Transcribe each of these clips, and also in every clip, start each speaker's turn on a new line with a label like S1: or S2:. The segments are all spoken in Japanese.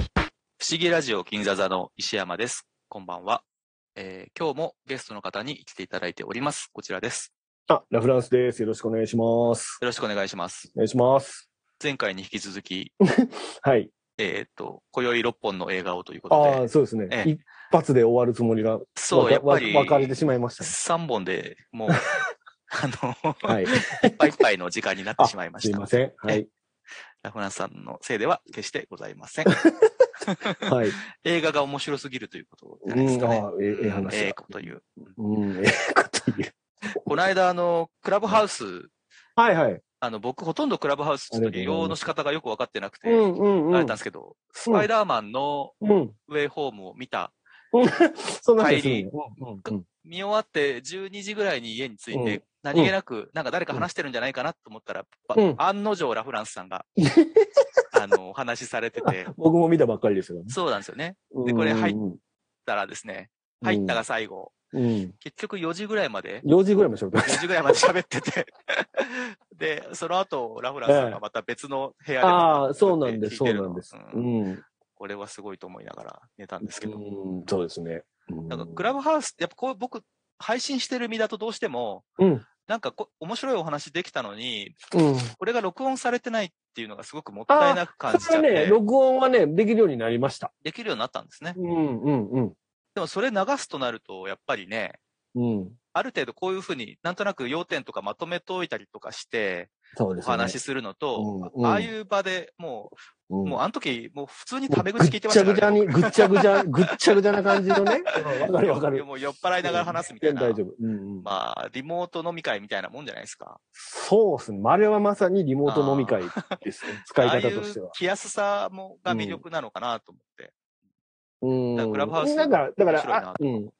S1: 不思議ラジオ金座座の石山です。こんばんは。えー今日もゲストの方に来ていただいております。こちらです。
S2: あ、ラフランスです。よろしくお願いします。
S1: よろしくお願いします。
S2: お願いします。
S1: 前回に引き続き、
S2: はい。
S1: えーっと、今宵6本の映画をということ
S2: あ
S1: で、
S2: あ、そうですね
S1: え。え
S2: 一発で終わるつもりが、
S1: そう、やっぱり
S2: 分かれてしまいましたね。
S1: 3本で もう、あの、
S2: はい。
S1: いっぱいいっぱいの時間になってしまいまし
S2: すい
S1: た
S2: ま。せん。 はい。
S1: ラフランスさんのせいでは決してございま せん。
S2: はい。
S1: 映画が面白すぎるということじゃ
S2: う
S1: ないです
S2: ん、
S1: かね
S2: あ。あ、ええええ話
S1: ええ
S2: だ。
S1: こと言う。
S2: うん、え えこと言う。
S1: この間、あの、クラブハウス、
S2: はいはい。
S1: あの、僕、ほとんどクラブハウス、ちょっと利用の仕方がよくわかってなくて、
S2: う
S1: あれ
S2: んうんう
S1: だったん
S2: ん。
S1: ですけど、スパイダーマンの
S2: うん。
S1: ウェイホームを見た、
S2: そんな話する
S1: 帰り
S2: ねうんうん
S1: 見終わって12時ぐらいに家に着い
S2: うん
S1: て、何気なく、なんか誰か話してるんじゃないかなと思ったら、ば
S2: うん
S1: 案の定ラフランスさんが、 あの、お話しされてて、
S2: 僕も見たばっかりですよね。
S1: そうなんですよね。
S2: で
S1: でこれ入っ
S2: っ
S1: だからですね、入ったが。最後、
S2: うん。
S1: 結局4時ぐらいまで、
S2: 4時ぐらいましょ う。
S1: 4時ぐらいまで喋ってて、 で、その後、ラフランスさんがまた別の部屋で、
S2: ああ、そうなんです。
S1: 聞
S2: そ
S1: いうてる
S2: な
S1: の
S2: んです。
S1: う
S2: うんん。
S1: これはすごいと思いながら寝たんですけど、
S2: うん、そうですね。
S1: なんかクラブハウス、やっぱこう僕、配信してる身だとどうしても、
S2: うん。
S1: なんかこ面白いお話できたのに、
S2: うん。
S1: これが録音されてないっていうのがすごくもったいなく感じ
S2: そ
S1: ちゃっ
S2: れはね、
S1: て、
S2: 録音はね、できるようになりました。
S1: できるようになったんですね。
S2: うん、うん、うん。
S1: でもそれ流すとなると、やっぱりね、
S2: うん。
S1: ある程度こういうふうになんとなく要点とかまとめておいたりとかして、
S2: そう
S1: お
S2: ですよね。
S1: 話しするのと、
S2: うんうん
S1: ああいう場でも
S2: うん、
S1: う、もう
S2: も
S1: あの時、もう普通に
S2: う
S1: タメ口聞いてました
S2: ぐ
S1: か
S2: っちゃ
S1: らね、
S2: ぐちゃに、ぐっちゃぐち ゃ、ぐっちゃぐちゃな感じのね。うんわかるわか
S1: 僕
S2: る。
S1: もう酔っ払いながら話すみたいな。
S2: 全然大丈夫。うんうん。
S1: まあ、リモート飲み会みたいなもんじゃないですか。
S2: そうですね。あれはまさにリモート飲み会で すね。使い
S1: ああい
S2: 方
S1: う
S2: としては。
S1: 来やすさもが魅力なのかなと思って。
S2: う
S1: だから
S2: ん。
S1: クラブハウス
S2: なんか、だか
S1: 面白いな
S2: ら、あうん。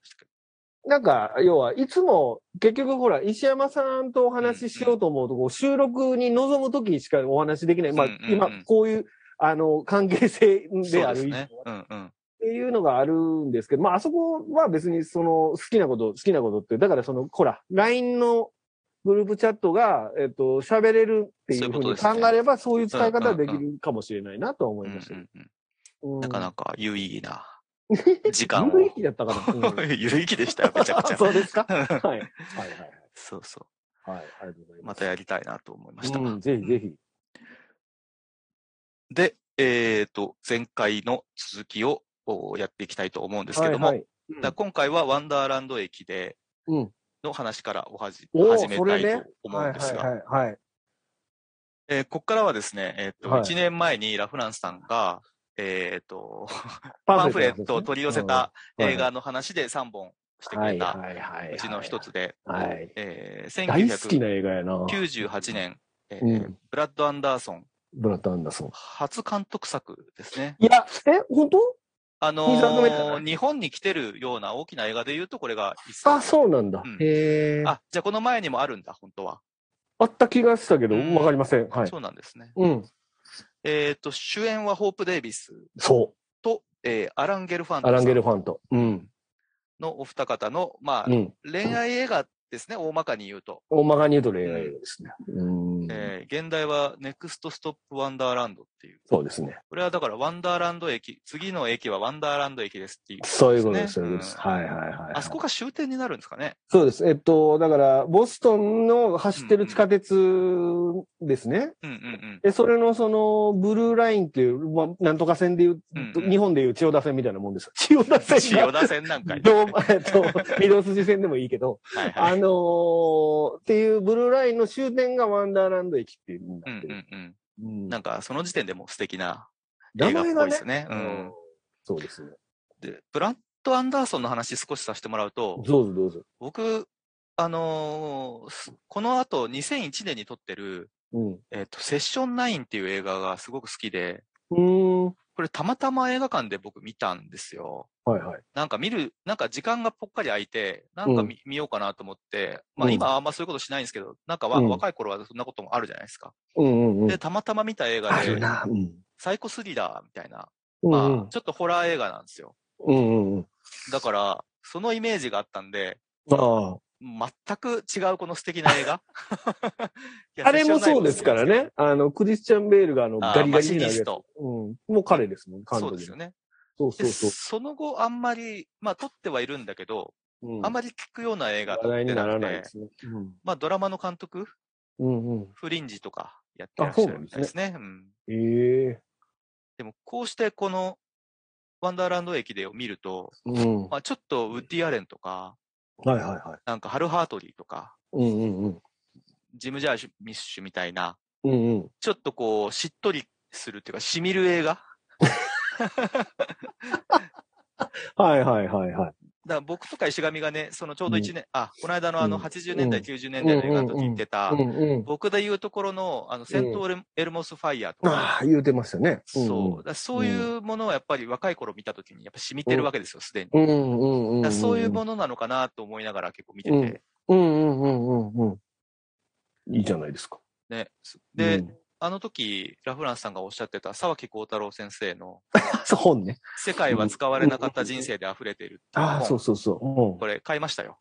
S2: なんか、要は、いつも、結局ほら、石山さんとお話ししようと思うと、こう収録に臨むときしかお話しできない。まあ
S1: うんうんうん、
S2: 今、こういう、あの、関係性
S1: そう
S2: であ
S1: で
S2: る
S1: す
S2: 以上
S1: ね。うんうん。
S2: っていうのがあるんですけど、まあ、あそこは別にその好きなこと、好きなことって、だからその、ほら、LINE のグループチャットが、えっと、喋れるってい
S1: そういう
S2: う
S1: こ
S2: ふう
S1: と
S2: に
S1: ですね
S2: 考えれば、そういう使い方
S1: う
S2: は
S1: んうんう
S2: で
S1: ん
S2: きるかもしれないなとは思いました
S1: う
S2: け
S1: んうんうん
S2: ど。うん
S1: なかなか有意義な時間を。
S2: 有意義だったかな。うん
S1: 有意義でしたよ、めちゃくちゃ。
S2: そうで すかはい。はい
S1: そうそ。
S2: はいはい。はい、ありがとうございうま。
S1: ますたやりたいなと思いました。
S2: うん、ぜひぜひ。
S1: で、えっ、と、前回の続きをおやっていきたいと思うんですけども、
S2: はいはい
S1: だから今回はワンダーランド駅で
S2: うん
S1: の話からおはじ、
S2: おー
S1: 始め
S2: そ
S1: た
S2: れ
S1: い
S2: ね
S1: と思うんですが、
S2: はいはいはいはい。
S1: えーここからはですね、えーっと、
S2: はい
S1: 1年前にラフランスさんが、えーっと、
S2: パ
S1: パンフレットを取り寄せた
S2: うん
S1: 映画の話で3本してくれたうちの一。つで、
S2: はいはいはいはいはい。
S1: え
S2: 大好き
S1: ー
S2: な映画やな。
S1: 1998年、えー
S2: うん
S1: ブラッド・アンダーソン
S2: ブラッド・アンダーソン。
S1: 初監督作ですね。
S2: いや、え、本当
S1: あの
S2: 二作目じゃな
S1: ー、日本に来てるような大きな映画で言うと、これが一作
S2: あ、そうなんだ。
S1: うん
S2: へえ。あ
S1: あ、じゃあこの前にもあるんだ、本当は。
S2: った気がしたけど、
S1: うん
S2: わかりません。はい
S1: そ。うなんですね。
S2: うん。
S1: えーっと、主演はホープ・デイビス
S2: そ
S1: と、えーアラン・ゲルファン
S2: う。
S1: ト
S2: ア
S1: さん
S2: ランゲルファント。うん。
S1: のお二方の、まあ、
S2: うん。
S1: 恋愛映画ですね、大まかに言うと。
S2: 大まかに言うと恋愛映画ですね。うん。
S1: えー現代はネクストストップワンダーランドっていう。
S2: そうですね。
S1: これはだからワンダーランド駅、次の駅はワンダーランド駅ですっていう、
S2: そういうことです。そういう
S1: ね
S2: ことです。はいはいはい。
S1: あそこが終点になるんですかね。
S2: そうです。えっと、だから、ボストンの走ってる地下鉄ですね。
S1: うんうんうん。
S2: で、それのその、ブルーラインっていう、まあ、なんとか線でいう、
S1: うんうん
S2: 日本でいう千代田線みたいなもんです。千代田線
S1: 千代田線なんかに。
S2: どうも、えっと、御堂筋線でもいいけど、
S1: はい は
S2: あ
S1: い。
S2: のー、っていうブルーラインの終点がワンダーランド駅っていうに
S1: うん
S2: なって
S1: う
S2: る。
S1: んうん。
S2: うん
S1: なんかその時点でもう素敵な
S2: 名
S1: 映画っ
S2: 前
S1: ぽ
S2: が
S1: いです
S2: ね。
S1: ね。う
S2: うん
S1: ん。
S2: そうですね。
S1: で、ブラッド・アンダーソンの話少しさせてもらうと、
S2: どうぞどうぞ。
S1: 僕、あのーすこの後2001年に撮ってる、
S2: うん。
S1: えっ、と、セッション9っていう映画がすごく好きで、
S2: うーん。
S1: これたまたま映画館で僕見たんですよ。
S2: はいはい。
S1: なんか見る、なんか時間がぽっかり空いて、なんか見,、見ようかなと思って、まあ
S2: うん
S1: 今はあんまそういうことしないんですけど、なんかわ、
S2: うん
S1: 若い頃はそんなこともあるじゃないですか。
S2: うんうんう
S1: で、
S2: ん。
S1: たまたま見た映画
S2: あ
S1: で
S2: る、な。うん。
S1: サイコスリラーみたいな、
S2: うんう
S1: まあ
S2: ん、
S1: ちょっとホラー映画なんですよ。
S2: うんうんうん。
S1: だから、そのイメージがあったんで、
S2: あ
S1: 全く違うこの素敵な映画。 いや
S2: あ。あれもそうですから。ね。あの、クリスチャン・ベールがあの、
S1: あー
S2: ガリガ
S1: マ
S2: リ
S1: シ
S2: に
S1: ニ
S2: なる
S1: ス
S2: やつ。
S1: ト。
S2: うん。もう彼ですもん、監
S1: そう
S2: 督
S1: ですよね。
S2: そう
S1: で
S2: そうそう。
S1: その後あんまり、まあ撮ってはいるんだけど、
S2: うん
S1: あんまり聞くような映画
S2: 話題
S1: って
S2: に
S1: な
S2: な
S1: く
S2: ら
S1: て、
S2: ないですね。うん
S1: まあドラマの監督、
S2: うんうん。
S1: フリンジとかやってらっしゃるみたいですね。うん
S2: ええ
S1: でもこうしてこのワンダーランド駅でを見ると、
S2: うん。は
S1: まあちょっとウッディ・アレンとか、
S2: いはいはい。
S1: なんかハル・ハートリーとか、
S2: うんうんうん。
S1: ジム・ジャーミッシュみたいな、
S2: うんうん。
S1: ちょっとこう、しっとりするっていうか、しみる映画。だか
S2: はいはいはいはい。
S1: ら僕とか石神がね、そのちょうど1年、あ、この間のあの
S2: うん
S1: 80年代、
S2: うん
S1: 90年代の映画の時に言ってた、
S2: うんうん。
S1: 僕で言うところの、あの、戦闘エルモス・ファイヤーとか、
S2: ああ、言うてましたね。
S1: そう。だからそういうものはやっぱり若い頃見た時に、やっぱ染みてるわけですよ、すでに。だ
S2: うん。うんうんうんう
S1: から
S2: ん。
S1: そういうも
S2: の。
S1: のなのかなと思いながら結構見て
S2: うん
S1: て。
S2: うんうんうんうんうん。いいじゃないですか。
S1: ね。で、
S2: うん、
S1: あの時、ラフランスさんがおっしゃってた沢木幸太郎先生の、
S2: そう本ね。
S1: 世界は使われなかった人生で溢れているっていう
S2: ああ、
S1: 本
S2: そうそうそう。う
S1: こ
S2: ん、
S1: れ買いました よ。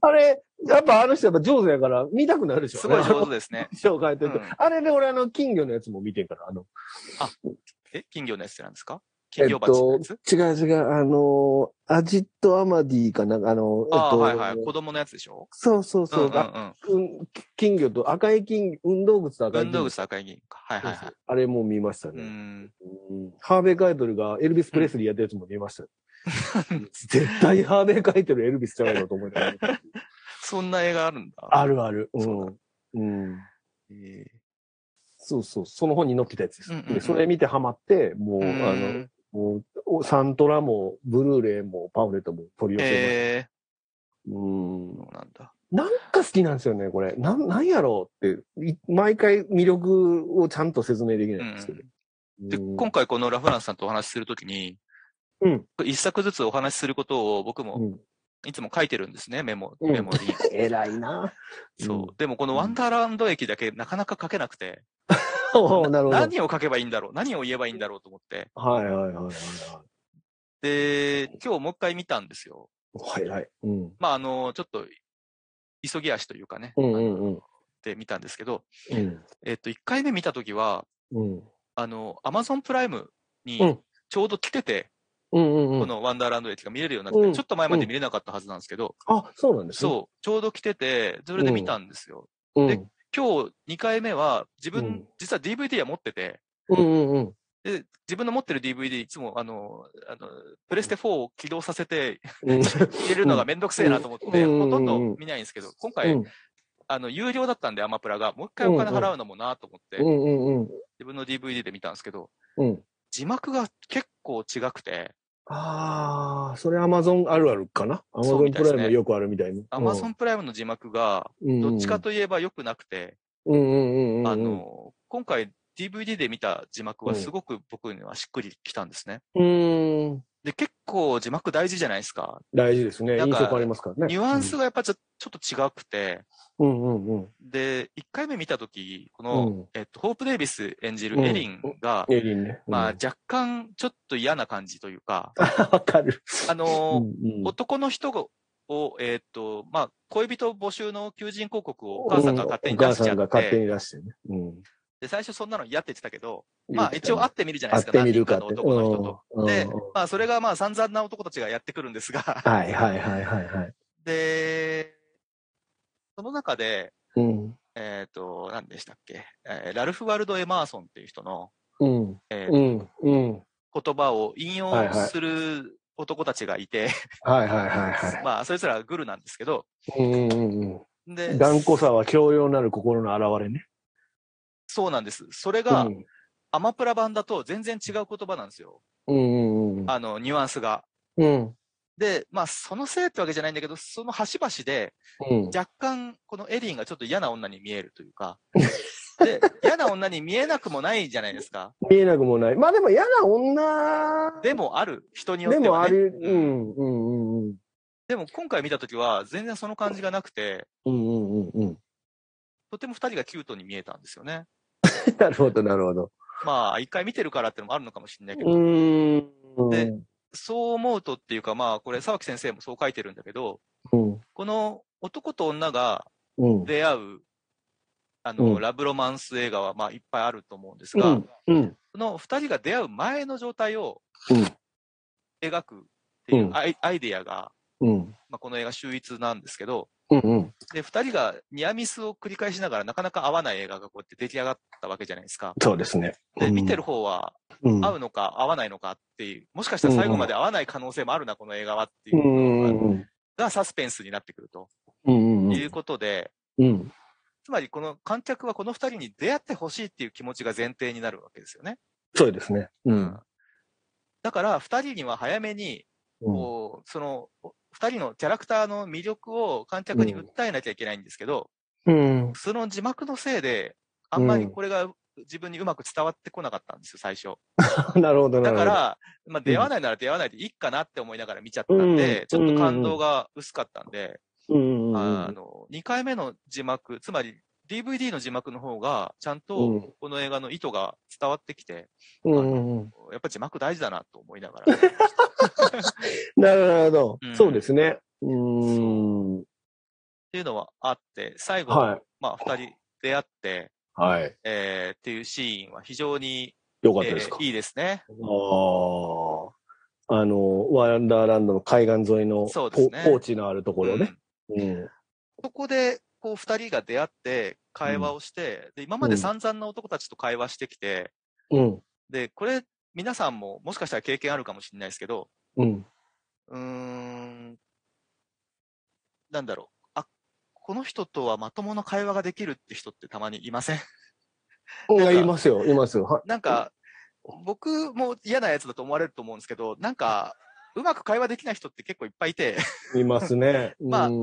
S2: あれ、やっぱあの人やっぱ上手やから見たくなるでしょ、ね。
S1: すごい上
S2: 手。
S1: 手ですね。
S2: 紹介というと、
S1: うん
S2: あれで俺あの金魚のやつも見てんから、あの、
S1: え、金魚のやつってなんですか金魚鉢のやつ、
S2: 違う違う、あの、アジットアマディかなんか、あの、
S1: ああ、はいはい。子供のやつでしょ
S2: そうそうそ
S1: ん
S2: う、
S1: うん
S2: うん金魚と赤い金、運動靴と
S1: うん。
S2: 赤い
S1: 運
S2: 金
S1: 動
S2: 魚。
S1: 靴赤い銀か。はいはいはい。
S2: あれも見ました
S1: う
S2: ね、
S1: ん。
S2: うんハーベイ・カイトルがエルビス・プレスリーやったやつも見ました。絶対ハーベイ・カイトル、エルビスちゃうよと思いながら。
S1: そんな映 画あるんだ。
S2: あるある。う。
S1: そうん
S2: うん。
S1: えー
S2: そうそう。その本に載ってたやつです。
S1: うんうんうん
S2: でそれ見てハマって、もう、
S1: う
S2: あ
S1: ー
S2: の
S1: ん、
S2: もうお、サントラも、ブルーレイも、パンフレットも取り寄せ
S1: え
S2: まし
S1: ー、
S2: た、うん。
S1: そうなんだ。
S2: なんか好きなんですよね、これ。なん、なんやろうって、い毎回魅力をちゃんと説明できないんですけど。
S1: で、
S2: うん
S1: 今回このラフランスさんとお話しするときに、
S2: うん。
S1: 一作ずつお話しすることを僕も
S2: うん
S1: いつも書いてるんですね、メモ、
S2: うん
S1: メモに。
S2: 偉いな。
S1: そう
S2: う。ん
S1: でもこのワンダーランド駅だけなかなか書けなくて、
S2: おー なるほど。
S1: 何を書けばいいんだろう何を言えばいいんだろうと思って。
S2: はいはいはいはいはい
S1: で、今日もう一回見たんですよ。
S2: お。偉い。うん。
S1: まあ、あの、ちょっと、急ぎ足というかね、
S2: うんう
S1: あの
S2: んうん。
S1: で見たんですけど、
S2: うん。
S1: えっと、一回目見たときは、
S2: うん。
S1: あの、アマゾンプライム
S2: う
S1: に
S2: ん
S1: ちょうど来てて、
S2: うんうんう
S1: こ
S2: ん。
S1: のワンダーランド駅が見れるようになって、
S2: うん
S1: ちょっと前まで見れなかったはずなんですけど、
S2: あ、そうなんですね。
S1: そう、ちょうど来てて、それで見たんですよ。
S2: うん。
S1: で今日2回目は、自分、
S2: うん
S1: 実は DVD は持ってて、
S2: うんうんうん。
S1: で、自分の持ってる DVD いつも、あの、あの、プレステ4を起動させて
S2: うん
S1: 入れるのがめんどくせえなと思って、
S2: うん
S1: ほとんど見ないんですけど、今回、あの、有料だったんで、アマプラが、もう一回お金払うのもなと思って、
S2: うんうんうん
S1: 自分の DVD で見たんですけど、
S2: うん。
S1: 字幕が結構違くて、
S2: ああ、それアマゾンあるあるかなアマ
S1: そ
S2: ゾ
S1: う
S2: ン
S1: みたい
S2: プ
S1: で
S2: ラ
S1: す
S2: イ
S1: ね
S2: ムよくあるみたいに。
S1: アマゾンプライムの字幕が、
S2: ン
S1: どっちか
S2: と、
S1: といえば良くなくて、
S2: うんうんうんうん。
S1: あ、の、今回 DVD で見た字幕は
S2: うん
S1: すごく僕にはしっくりきたんですね。
S2: うん。
S1: で、結構字幕大事じゃないですか。
S2: 大事ですね。
S1: なんか
S2: 印象変わりますからね。
S1: ニュアンスがやっぱちょちょっと違くて、
S2: うんうんうん。
S1: で、1回目見たとき、この、
S2: うん
S1: えっと、ホープ・デイビス演じ
S2: う
S1: る
S2: ん
S1: エリンが、
S2: エリンね。
S1: まあ、
S2: うん
S1: 若干ちょっと嫌な感じというか、
S2: わかる。
S1: あのー
S2: うんうん
S1: 男の人を、えっと、まあ、恋人募集の求人広告をお母さんが勝手に出しちゃ
S2: お母さんが
S1: っ
S2: 勝手
S1: て、
S2: に出してね。うん
S1: で、最初そんなの嫌って言ってたけど、まあ、一応
S2: 会
S1: 会ってみるじゃない
S2: っ
S1: ですか、
S2: てみるか
S1: 何
S2: って。
S1: 人かの男の人と。
S2: うん
S1: で
S2: うん、
S1: まあ、それがまあ、散々な男たちがやってくるんですが、
S2: はいはいはいはいはい。
S1: で、その中で、
S2: うん。
S1: えっ、と、何でしたっけ、えーラルフ・ワルド・エマーソンっていう人の、
S2: うん。
S1: えー
S2: うん。うん。
S1: 言葉を引用
S2: はいはい
S1: する男たちがいて、
S2: はいはいはい は
S1: まあ、そいつらはグルなんですけど、
S2: い。うんうんうん。
S1: で、
S2: 頑固さは教養なる心の表れね。
S1: そうなんです。それ
S2: う
S1: が、
S2: ん
S1: アマプラ版だと全然違う言葉なんですよ。
S2: うんうんうん。
S1: あの、ニュアンスが。
S2: うん。
S1: で、まあ、そのせいってわけじゃないんだけど、その端々で、
S2: うん。
S1: 若干、このエリンがちょっと嫌な女に見えるという か、で、嫌な女に見えなくもないじゃないですか。
S2: 見えなくもない。まあでも嫌な女
S1: でもある、人によっ
S2: で
S1: ては、ね。
S2: もある。う
S1: うん
S2: んうんうんうん。
S1: でも今回見たときは、全然その感じがなくて、
S2: うんうんうんうん。
S1: とても二人がキュートに見えたんですよね。
S2: なるほどなるほど。
S1: まあ、一回見てるからってのもあるのかもしれないけ
S2: う
S1: ど、
S2: ーん。
S1: でそう思うとっていうか、まあ、これ、沢木先生もそう書いてるんだけど、
S2: うん。
S1: この男と女が
S2: うん。
S1: 出会う、あの、
S2: うん
S1: ラブロマンス映画は、まあ、いっぱいあると思うんです
S2: う
S1: が、
S2: ん。うん。
S1: の2人が出会う前の状態を
S2: うん
S1: 描くっていう
S2: うん
S1: アイ,、アイデアが、
S2: うん。
S1: まあ、この映画秀逸なんですけど、
S2: うんうん。
S1: で、2人がニアミスを繰り返しながらなかなか合わない映画がこうやって出来上がったわけじゃないですか。
S2: そうですね。
S1: で、見て
S2: る。
S1: る方は
S2: うん。
S1: 合うのか合わないのかっていう、もしかしたら最後まで合わない可能性もあるな、この映画はっていううの
S2: んう
S1: が
S2: んうん。
S1: がサスペンスになってくると
S2: うんうん
S1: いうことで、
S2: うん。
S1: つまりこの観客はこの2人に出会ってほしいっていう気持ちが前提になるわけですよね。
S2: そうですね。うん。
S1: だから2人には早めに
S2: うん
S1: こう、その2人のキャラクターの魅力を観客に訴えなきゃいけないんですけど、
S2: うん。
S1: その字幕のせいで、あんまりこれが自分にうまく伝わってこなかったんですよ、最初。
S2: なるほど、
S1: だ
S2: なるほど。
S1: から、まあ、出会わないなら出会わないでいいかなって思いながら見ちゃったんで、
S2: うん
S1: ちょっと感動が薄かったんで、
S2: うんうんうん、
S1: あの、2回目の字幕、つまり DVD の字幕の方が、ちゃん
S2: う
S1: と
S2: ん
S1: この映画の意図が伝わってきて、
S2: うんうんうん
S1: やっぱ字幕大事だなと思いながら。
S2: なるほどなるほど、
S1: うん
S2: そうですね。うーん。
S1: っていうのはあって、最後、
S2: はい。
S1: まあ、二人出会って、
S2: はい。
S1: えーっていうシーンは非常に、
S2: よかっ
S1: え
S2: たですか。
S1: ーいいですね。
S2: ああ。あの、ワンダーランドの海岸沿いの
S1: そう
S2: ポ
S1: ですね
S2: ポーチのあるところ
S1: う
S2: ね
S1: ん。
S2: うん。
S1: そこで、こう、二人が出会って、会話をして、で、今まで
S2: うん
S1: 散々な男たちと会話してきて、
S2: うん。
S1: で、これ、皆さんももしかしたら経験あるかもしれないですけど、
S2: うん。
S1: うーん、なんだろう。あ、この人とはまともな会話ができるって人ってたまにいません
S2: うん
S1: なんか
S2: いますよ、いますよ。は
S1: なんか、僕も嫌なやつだと思われると思うんですけど、なんか、うまく会話できない人って結構いっぱいいて、
S2: いいますね。
S1: まあ
S2: うん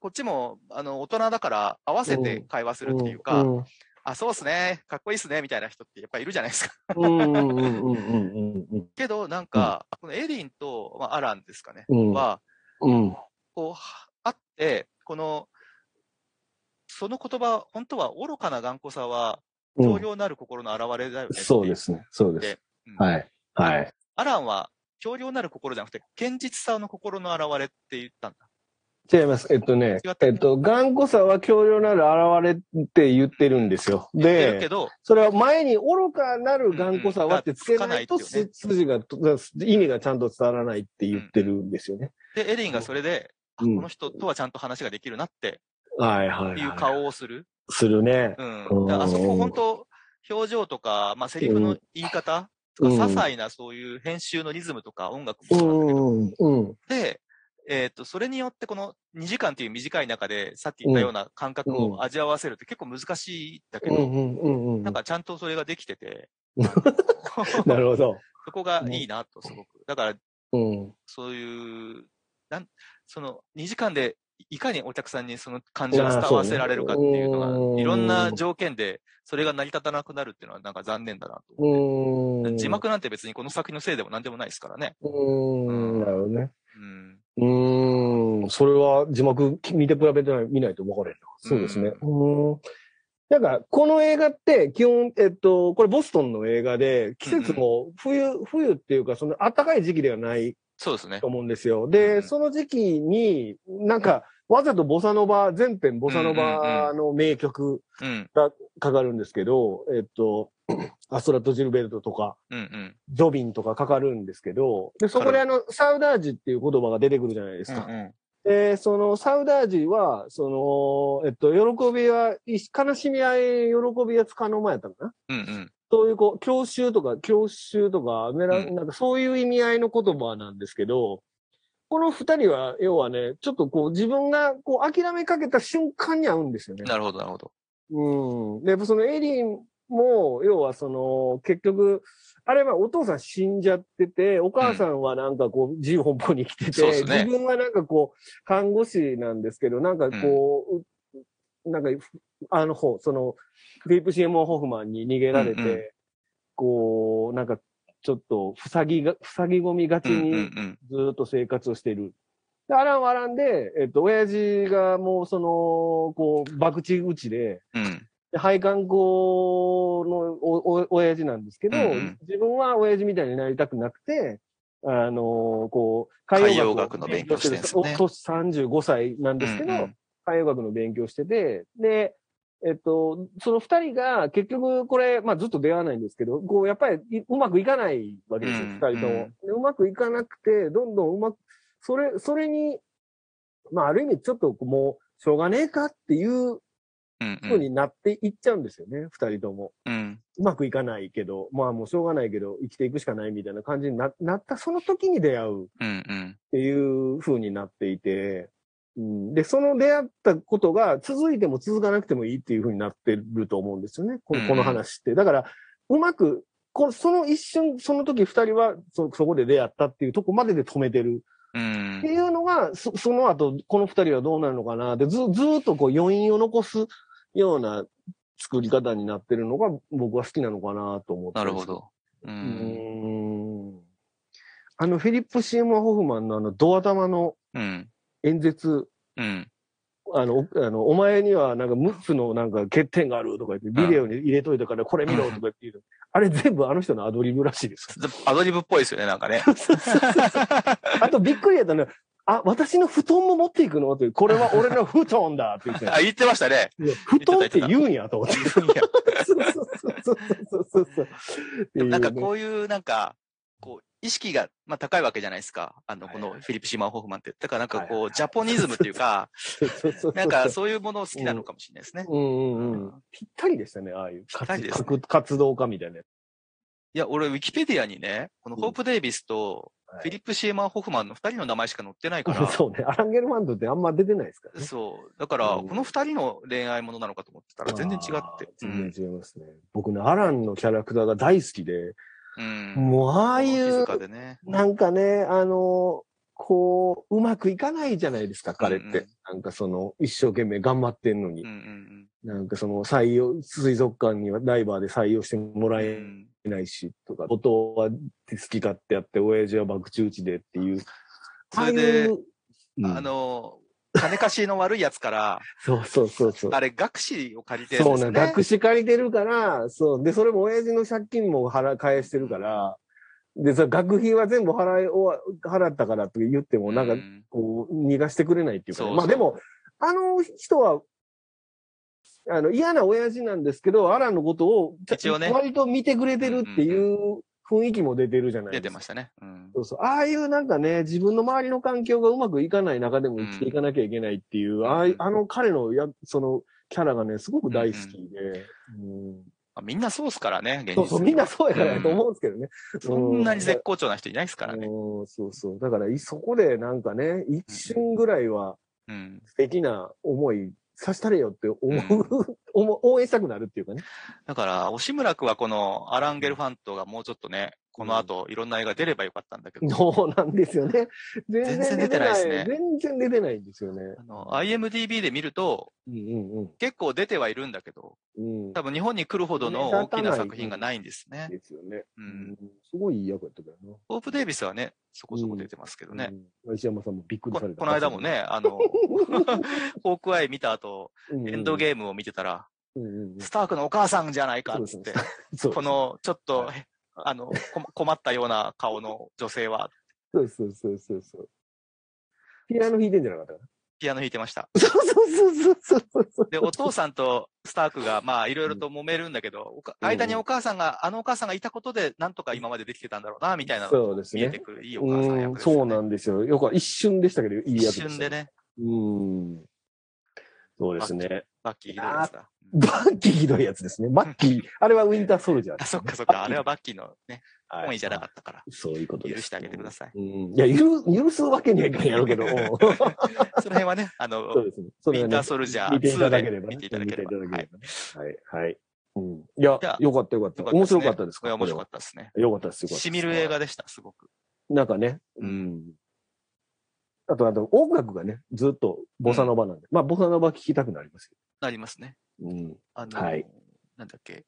S1: こっちも、あの、大人だから合わせて会話するっていうか、
S2: うん
S1: あ、そうっすね、かっこいいっすね、みたいな人ってやっぱいるじゃないですか。
S2: うんうんうんうんうんうん
S1: けど、なんか、このエリンと、まあ、アランですかね、
S2: うん
S1: は、
S2: うん
S1: こう、はあって、この、その言葉、本当は愚かな頑固さは、
S2: う
S1: 教
S2: ん。
S1: 養なる心の表れだよねってい。
S2: そうですね、そうです。
S1: うん
S2: はい。はい。
S1: アランは、教養なる心じゃなくて、堅実さの心の表れって言ったんだ。
S2: 違います。えっと
S1: 違
S2: ね
S1: ったっ、け
S2: えっと、頑固さは強量なる現れって言ってるんですよ。
S1: 言ってるけ
S2: で、
S1: ど、
S2: それは前に愚かなる頑固さはってつけないと、
S1: うんうんがつかないっ
S2: す筋が、意味がちゃんと伝わらないって言ってるんですよね。
S1: で、エリンがそれで、あ
S2: うん
S1: この人とはちゃんと話ができるなって
S2: はいはい
S1: いう
S2: は
S1: 顔をする。
S2: い。するね。
S1: うん。だからあそこ本当、表情とか、まあ、セリフの言い方、
S2: うん
S1: 些細なそういう編集のリズムとか音楽も
S2: う
S1: そうなんだけど、
S2: ん、うん、
S1: で、えっと、それによってこの2時間という短い中で、さっき言ったような感覚
S2: うん
S1: を味わわせるって結構難しいんだけ
S2: う
S1: ど、
S2: ん、うん、うん。
S1: なんかちゃんとそれができて て、
S2: なるほど。
S1: そこがいいなと、すごく。だから、
S2: うん、
S1: そういう、なん、その2時間でいかにお客さんにその感じが伝わせられるかっていう
S2: あーそ
S1: の
S2: うねうん
S1: が、いろんな条件でそれが成り立たなくなるっていうのはなんか残念だなと思って。
S2: うん。
S1: 字幕なんて別にこの作品のせいでも何でもないですからね。
S2: うん、なるほどね。
S1: うん。
S2: うーん、それは字幕見て比べてない、見ないと分かれんな。そうですね。うーん。なんか、この映画って、基本、えっと、これボストンの映画で、季節も冬、冬っていうか、その暖かい時期ではない
S1: そうですね
S2: と。思うんですよ。
S1: うんう
S2: で、
S1: ん
S2: その時期に、なんか、わざとボサノバ、全編ボサノバの名曲
S1: うん、
S2: かかるんですけど、えっと、 アストラとジルベルトとか、
S1: うん、うん。
S2: ジョビンとかかかるんですけど、で、そこであの、サウダージっていう言葉が出てくるじゃないですか。
S1: うんうん
S2: で、そのサウダージは、その、えっと、喜びは、い悲しみ合い、喜びはつかの間やったかな。
S1: うんうん。
S2: そういう、こう、教習とか、教習とか、メラ
S1: うん
S2: なんかそういう意味合いの言葉なんですけど、この二人は、要はね、ちょっとこう、自分が、こう、諦めかけた瞬間に会うんですよね。
S1: なるほど、なるほど。
S2: うん。で、そのエリンも、要はその、結局、あれはお父さん死んじゃってて、お母さんはなんかこう、自由奔放に生きて、
S1: そうってすね
S2: 自分はなんかこう、看護師なんですけど、なんかこう、うなんか、あの方、その、フィリップ・シーモア・ホフマンに逃げられて、
S1: うんうん
S2: こう、なんか、ちょっと、ふさぎが、ふさぎ込みがち
S1: うんうんう
S2: に
S1: ん。
S2: ずーっと生活をしてる。で、アランはアランで、えっと、親父がもう、その、こう、博打打ちで、
S1: うん。
S2: で配管工のお、お、親父なんですけど、
S1: うんうん
S2: 自分は親父みたいになりたくなくて、あのーこう、海洋学
S1: 海洋学
S2: を
S1: の勉強してるんですよね
S2: お年35歳なんですけど、
S1: うんうん
S2: 海洋学の勉強してて、で、えっと、その二人が結局これ、まあずっと出会わないんですけど、こうやっぱりいうまくいかないわけですよ、
S1: うん
S2: 二人
S1: う
S2: とも
S1: ん
S2: で。うまくいかなくて、どんどんうまく、それ、それに、まあある意味ちょっともう、しょうがねえかっていう
S1: うんう
S2: ふうんになっていっちゃうんですよね、二、人とも。
S1: うん
S2: うまくいかないけど、まあもうしょうがないけど、生きていくしかないみたいな感じにななった、その時に出会うっ
S1: うんうん
S2: ていう風になっていて、うん、で、その出会ったことが続いても続かなくてもいいっていう風になってると思うんですよね、こ
S1: うんう
S2: の
S1: ん
S2: この話って。だから、うまく、このその一瞬、その時二人はそそこで出会ったっていうとこまでで止めてる
S1: うん
S2: っていうのが、そその後、この二人はどうなるのかなって、ず、ずーっとこう余韻を残すような作り方になってるのが、僕は好きなのかなと思って。
S1: なるほ。ど。う
S2: うー
S1: ん。
S2: ん。あの、フィリップ・シーモア・ホフマンのあの、ドア玉の
S1: うん。
S2: 演説、
S1: うん。
S2: あの、おあのお前にはなんか6つのなんか欠点があるとか言って、ビデオに入れといたからこれ見ろとか言って言うのあれ全部あの人のアドリブらしいです。
S1: アドリブっぽいですよね、なんかね。
S2: あとびっくりやったのは、あ、私の布団も持っていくのって、これは俺の布団だって言って。
S1: あ、言ってま したね。
S2: いや布団って言うんやと思って。
S1: いや
S2: そうそうそうそうそうそう。ってい
S1: で
S2: う
S1: も
S2: ね
S1: なんかこういうなんか、こう、意識が、まあ、高いわけじゃないですか。あの、
S2: はい
S1: このフィリップ・シーマン・ホフマンって。だからなんか
S2: はいはい
S1: こ
S2: は
S1: う、
S2: い
S1: ジャポニズムというか、
S2: そうそう そうそう
S1: なんかそういうものを好きなのかもしれないですね。
S2: うんうんうん。ぴったりでしたね、ああいう
S1: ぴったりですね
S2: 活活動家みたいなやつ。
S1: いや、俺、ウィキペディアにね、このホープ・デイビスと
S2: はい
S1: フィリップ・シーマン・ホフマンの二人の名前しか載ってないから、
S2: そうね。アランゲルマンドってあんま出てないですからね。
S1: そう。だから、
S2: うん
S1: この二人の恋愛ものなのかと思ってたら全然違って
S2: あー。
S1: う
S2: 全
S1: ん。
S2: 然違いますね。僕ね、アランのキャラクターが大好きで、
S1: うん。
S2: もうああい
S1: 静
S2: う、
S1: かでね。
S2: なんかね、あの、こう、うまくいかないじゃないですか、彼って。
S1: うんうん
S2: なんかその、一生懸命頑張ってんのに。
S1: うんうん
S2: なんかその採用、水族館にはダイバーで採用しても
S1: うん。
S2: ら
S1: う
S2: え
S1: ん
S2: ないし、とか、弟は好き勝手やって、親父は爆打ちでっていう。
S1: それで
S2: ああいう、うん
S1: あの、金貸しの悪いやつから、
S2: そうそうそうそう。
S1: あれ、学士を借りてるん
S2: そ
S1: で
S2: う
S1: すよ
S2: な、
S1: ね。
S2: 学資借りてるから、そう。で、それも親父の借金も払、返してるから、で、それ学費は全部払い終わ、払ったからって言っても、なんか
S1: う、ん
S2: こう、逃がしてくれないっていうかね、
S1: そう
S2: まあでも、あの人は、あの、嫌な親父なんですけど、アランのことを、ちゃ
S1: 一応ね
S2: 割と見てくれてるっていう雰囲気も出てるじゃないで
S1: 出
S2: すか。
S1: てましたね。うん。
S2: そうそう。ああいうなんかね、自分の周りの環境がうまくいかない中でも生きていかなきゃいけないっていう、
S1: ん
S2: ああいう
S1: うん
S2: あの彼のや、その、キャラがね、すごく大好きで、うん
S1: まあみんなそうっすからね、現実
S2: そうそう、みんなそうやからやと思うんですけどね。
S1: そんなに絶好調な人いないですからね。
S2: うんそうそう。だから、いそこでなんかね、一瞬ぐらいは、
S1: うん。
S2: 素敵な思いさしたれよって思う、 思う応援したくなるっていうかね。
S1: だから、押村くんはこのアランゲルファントがもうちょっとね、この後いろんな映画出ればよかったんだけど、
S2: そうなんですよね。全然出てない。
S1: 全然出てないですね
S2: 全然出てないんですよね。
S1: あの、IMDB で見ると、
S2: うんうん
S1: 結構出てはいるんだけど、
S2: うん。うん。
S1: 多分日本に来るほどの大きな作品がないんですね。
S2: ですよね。
S1: う。。
S2: うんすごいいい役やったけどな。
S1: ホープ・デイビスはね、そこそこ出てますけどね。
S2: うん。石山さんもびっくり
S1: こ
S2: された。
S1: この間も。ね、あの、ホークアイ見た後、エンド
S2: ー
S1: ゲームを見てたら、
S2: ム。うんうん
S1: スタークのお母さんじゃないかっつって、
S2: そ う
S1: このちょっと
S2: は、
S1: あの、こ困ったような顔の女性は、
S2: そうそうそうそうそう。ピアノ弾いてんじゃなかったか な
S1: ピアノ弾いてました。
S2: そうそうそうそうそうそう。
S1: で、お父さんとスタークが、まあ、いろいろと揉めるんだけど、おか
S2: うん
S1: 間にお母さんが、あのお母さんがいたことで、なんとか今までできてたんだろうな、みたいなの
S2: そうです
S1: 見えて
S2: ね。
S1: くる、いいお母さん
S2: う
S1: 役
S2: ん、
S1: ですよね。
S2: そうなんですよ。よく一瞬でしたけど、いい
S1: 一
S2: 役した
S1: 瞬でね、
S2: うん。そうですね。
S1: バッキーひどいやつだ。うん
S2: バッキーひどいやつですね。バッキー。あれはウィンターソルジャー
S1: あ、
S2: で
S1: そ
S2: す
S1: っ
S2: ね、
S1: かそっか、あれはバッキーのね、
S2: は
S1: 本意じゃなか
S2: っ
S1: ったから。
S2: た。そういうことです。
S1: 許してあげてください
S2: うん。いや、許許すわけにはいかんやろ うけど。
S1: その辺はね、あの、
S2: そうですね。それは
S1: ウィン
S2: ね
S1: ターソルジャー
S2: 見ていただければ、
S1: 見ていただければ
S2: 見ていただければはい。はい。うん。いや
S1: じゃあ、
S2: よかったよかった。面白かったです
S1: こ
S2: か
S1: れは面白か
S2: っ
S1: ったですね。
S2: た。よかったです。よかったです
S1: しみる映。画でした、すごく。
S2: なんかね。
S1: うん
S2: ん。あと、あと、音楽がね、ずっとボサノバなんで。まあ、ボサノバ聴きたくなります
S1: なりますね。
S2: よ。うん。
S1: あの、
S2: はい
S1: なんだっけ。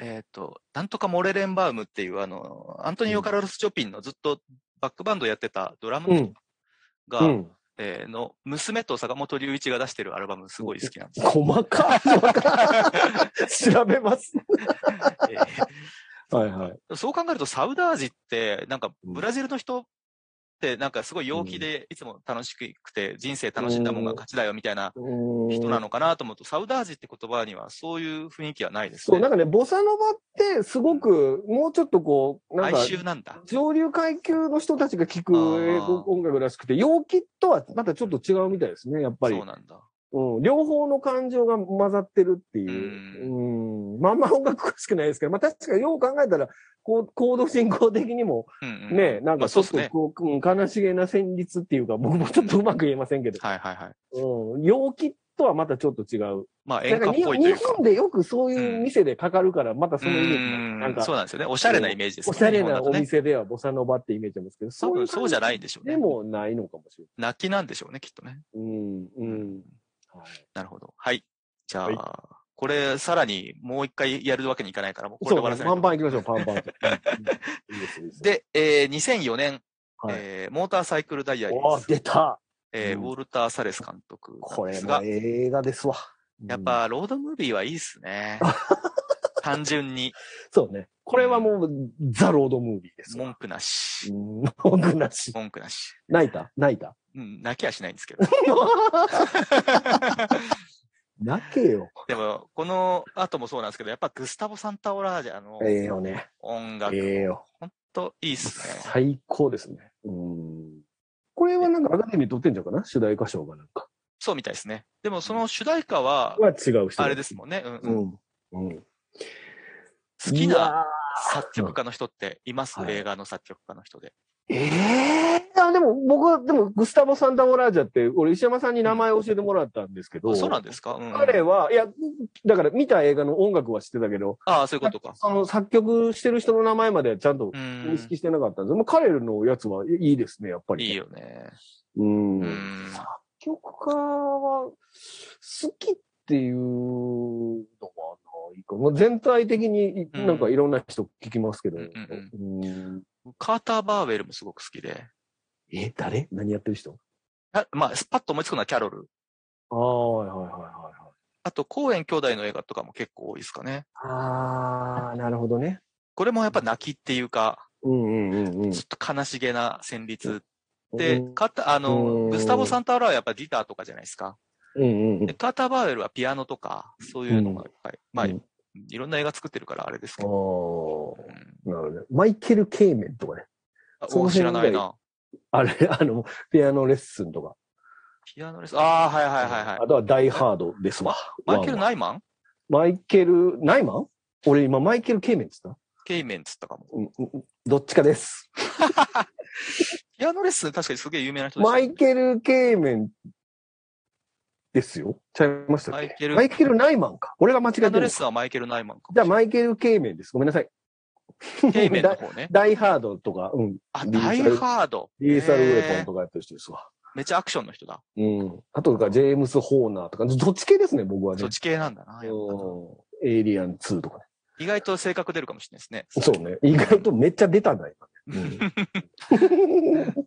S1: えっ、と、なんとかモレレンバウムっていう、あの、アントニオ・カラルス・チョピンのずっとバックバンドやってたドラムの人が、
S2: うん。
S1: えーの、娘と坂本龍一が出してるアルバム、すごい好きなんですよ。
S2: 細かい。細か い調べます。
S1: えー
S2: はいはい。
S1: そう考えると、サウダージって、なんか、ブラジルの人ってなんかすごい陽気で、いつも楽しくて、人生楽しんだもんが勝ちだよみたいな人なのかなと思うと、サウダージって言葉にはそういう雰囲気はないです
S2: そう、
S1: ね。
S2: なんかね、ボサノバってすごく、もうちょっとこう、なん
S1: 哀
S2: か、
S1: 愁なんだ。
S2: 上流階級の人たちが聴く
S1: あー
S2: 英語音楽らしくて、陽気とはまたちょっと違うみたいですね、やっぱり
S1: そう。なんだ。
S2: うん、両方の感情が混ざってるっていう。うん、まあまあ音楽詳しくないですけど、まあ確かによう考えたら、こう、行動進行的にも、
S1: うんうん、
S2: ね、なん
S1: まあ
S2: かち
S1: そ
S2: ょ
S1: うっ
S2: っ
S1: すね
S2: と。こう、うん悲しげな旋律っていうか、僕もちょっとうまく言えませんけど、
S1: はいはいはい。
S2: うん、陽気とはまたちょっと違う。
S1: まあ演
S2: なん
S1: 歌
S2: か
S1: っ
S2: に
S1: ぽいとい
S2: 日
S1: うか。
S2: 本でよくそういう店でかかるから、またそのイメージ
S1: うーん
S2: なん
S1: そ
S2: か、
S1: うなんですよね。おしゃれなイメージです
S2: お
S1: もん
S2: しゃ
S1: ね。
S2: れ
S1: 日本だ
S2: な
S1: と
S2: お
S1: ね。
S2: 店ではボサノバってイメージなんですけど、
S1: 多分そうじゃないいんでしょ
S2: う
S1: う
S2: 感
S1: ね。
S2: じでもないのかもしれ
S1: 泣きなんでしょうね、きっとね。
S2: ない。うん、うん。はい
S1: なるほど。はい。じゃあ、
S2: はい
S1: これ、さらにもう一回やるわけにいかないから、もうこれ
S2: そ
S1: で
S2: う
S1: 終わらせない
S2: パ
S1: と
S2: ンパン行きましょう、パンパンと。うんいいですいいです、
S1: で、えー2004年、
S2: はい
S1: えーモーターサイクルダイアリ
S2: お
S1: ー
S2: ー
S1: ズ、
S2: 出た
S1: えー
S2: うん
S1: ウォルター・サレス監督な
S2: こ
S1: んで
S2: れ
S1: すが
S2: も、映画ですわ。
S1: やっぱ、ロードムービーはいいっす ね。単純に、
S2: うん、そうね。これはもう、ザ・ロードムービーですわ。
S1: 文句なし。
S2: うん、文句なし。
S1: 文句なし。
S2: 泣いた泣 いた
S1: うん、泣きはしないんですけど。
S2: 泣けよ。
S1: でも、この後もそうなんですけど、やっぱグスタボ・サンタオラージャの
S2: ええよね。
S1: 音楽、
S2: ええよ。
S1: といいっすね。
S2: 最高ですね。うん。これはなんかアカデミー取ってんじゃんかな主題歌賞がなんか。
S1: そうみたいですね。でも、その主題歌は、
S2: は違う人。
S1: あれですもんね。うん
S2: う
S1: うん
S2: ん。うん。
S1: 好き
S2: う
S1: な
S2: わ
S1: 作曲家の人っています、
S2: はい
S1: 映画の作曲家の人で。
S2: ー。ええあ、でも僕は、でもグスタボ・サンタオラージャって、俺石山さんに名前教えてもらったんですけど。
S1: あそうなんですか、うん、
S2: 彼は、いや、だから見た映画の音楽は知ってたけど、
S1: ああ、そういうことか。
S2: その作曲してる人の名前まではちゃんと
S1: う
S2: 認
S1: ん。
S2: 識してなかったんです、もう彼のやつはいいいですね、やっぱり。
S1: いいよね。
S2: うん
S1: うん。
S2: 作曲家は好きっていうのはないか。もう全体的に
S1: うん
S2: なんかいろんな人聞きますけど。
S1: うん
S2: うん
S1: カーター・バーウェルもすごく好きで。
S2: え、誰何やってる人
S1: あまあ、スパッと思いつくのはキャロル。
S2: ああ、はいはいはいはいはい。
S1: あと、コーエン兄弟の映画とかも結構多いですかね。
S2: ああ、なるほどね。
S1: これもやっぱ泣きっていうか、
S2: うんうんうんうん。
S1: ちょっと悲しげな旋律で、
S2: うん
S1: カーターあ
S2: う
S1: の、
S2: ん
S1: グスタボ・サンタオラはやっぱギターとかじゃないですか。
S2: うんうん
S1: で、カーター・バーウェルはピアノとか、そういうのがいっぱい。まあ、
S2: うん
S1: いろんな映画作ってるからあれですけ
S2: ああ
S1: ど。うん
S2: なるほどね。マイケル・ケイメンとかね。
S1: あ
S2: その
S1: お知
S2: 辺
S1: らないな。
S2: あれ、 あの、ピアノレッスンとか。
S1: ピアノレス。ああ、はいはいはいはい。
S2: あとはダイ・ハードですわ。
S1: マイケル・
S2: ワンワン
S1: ナイマン
S2: マイケル・ナイマン俺今、マイケル・ケイメンっつった
S1: ケイメンっつったかも。
S2: うんうんどっちかです。
S1: ピアノレッスン確かにすげえ有名な人ですよ
S2: マ
S1: ね、
S2: イケル・ケイメンですよ。ちゃいましたっ
S1: マ
S2: け
S1: イケル。
S2: マイケル・ナイマンか。俺が間違え
S1: ピア
S2: て
S1: ノレ
S2: る
S1: ッ。スンはマイケル・ナイマンかも
S2: じゃあ、マイケル・ケイメンです。ごめんなさい。
S1: ケイメンの
S2: ダ
S1: 方ね。
S2: ダイ・ハードとか、うん。
S1: あ、
S2: リー
S1: ダ
S2: サ
S1: イ
S2: ル
S1: ハード。
S2: リーサル・ウェポ
S1: へ
S2: ン
S1: ー
S2: とかやってる人ですわ。
S1: めっちゃアクションの人だ。
S2: うん。あと、ジェームス・ホーナーとか、どっち系ですね、僕はね
S1: そっ。ち系なんだな。やっぱな
S2: うんエイリアン2とかね。
S1: 意外と性格出るかもしれないですね。
S2: そうね。意外とめっちゃ出たんだ、今ね。 うん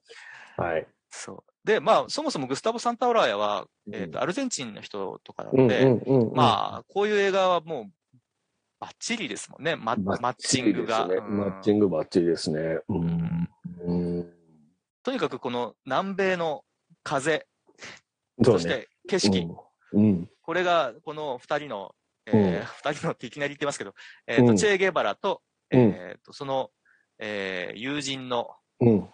S2: はい。
S1: そう。で、まあ、そもそもグスタボ・サンタオラーヤは、えっ、と、アルゼンチンの人とかなので、
S2: ま
S1: まあ、こういう映画はもう、バッチリですもんね。ママッチングが。うん
S2: マッチングバッチリですね。う
S1: うんん
S2: うん
S1: とにかくこの南米の風、
S2: そ
S1: そうし
S2: ね。
S1: て景色、
S2: うんうん
S1: これがこの二人の、えー二人のっていきなり言ってますけど、えーと
S2: うん
S1: チェ・ゲバラと,、
S2: うん
S1: えーとその、えー友人の、
S2: うん。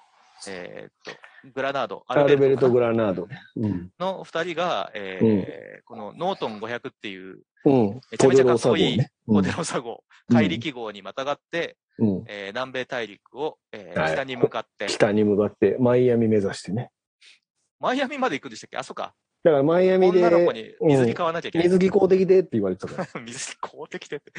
S1: えーとグラナード、
S2: アルベルト・
S1: か
S2: グラナード。うん。
S1: なの二人が、えーこのノートン500っていう
S2: うん
S1: めちゃめちゃかっこいい
S2: ポ
S1: モ
S2: デ
S1: デ
S2: ロサ
S1: ロサ号、
S2: うん
S1: 怪力号にまたがって、
S2: 号ね。うん
S1: えー南米大陸を、えー
S2: はい
S1: 北に向かって、
S2: 北に向かって、マイアミ目指してね。
S1: マイアミまで行くんでしたっけあ、そうか。
S2: だからマイアミ
S1: 女の子
S2: で、
S1: に水着買わなきゃいけない。
S2: 水着買うてきてって言われてたから。
S1: 水着凍ってきてって。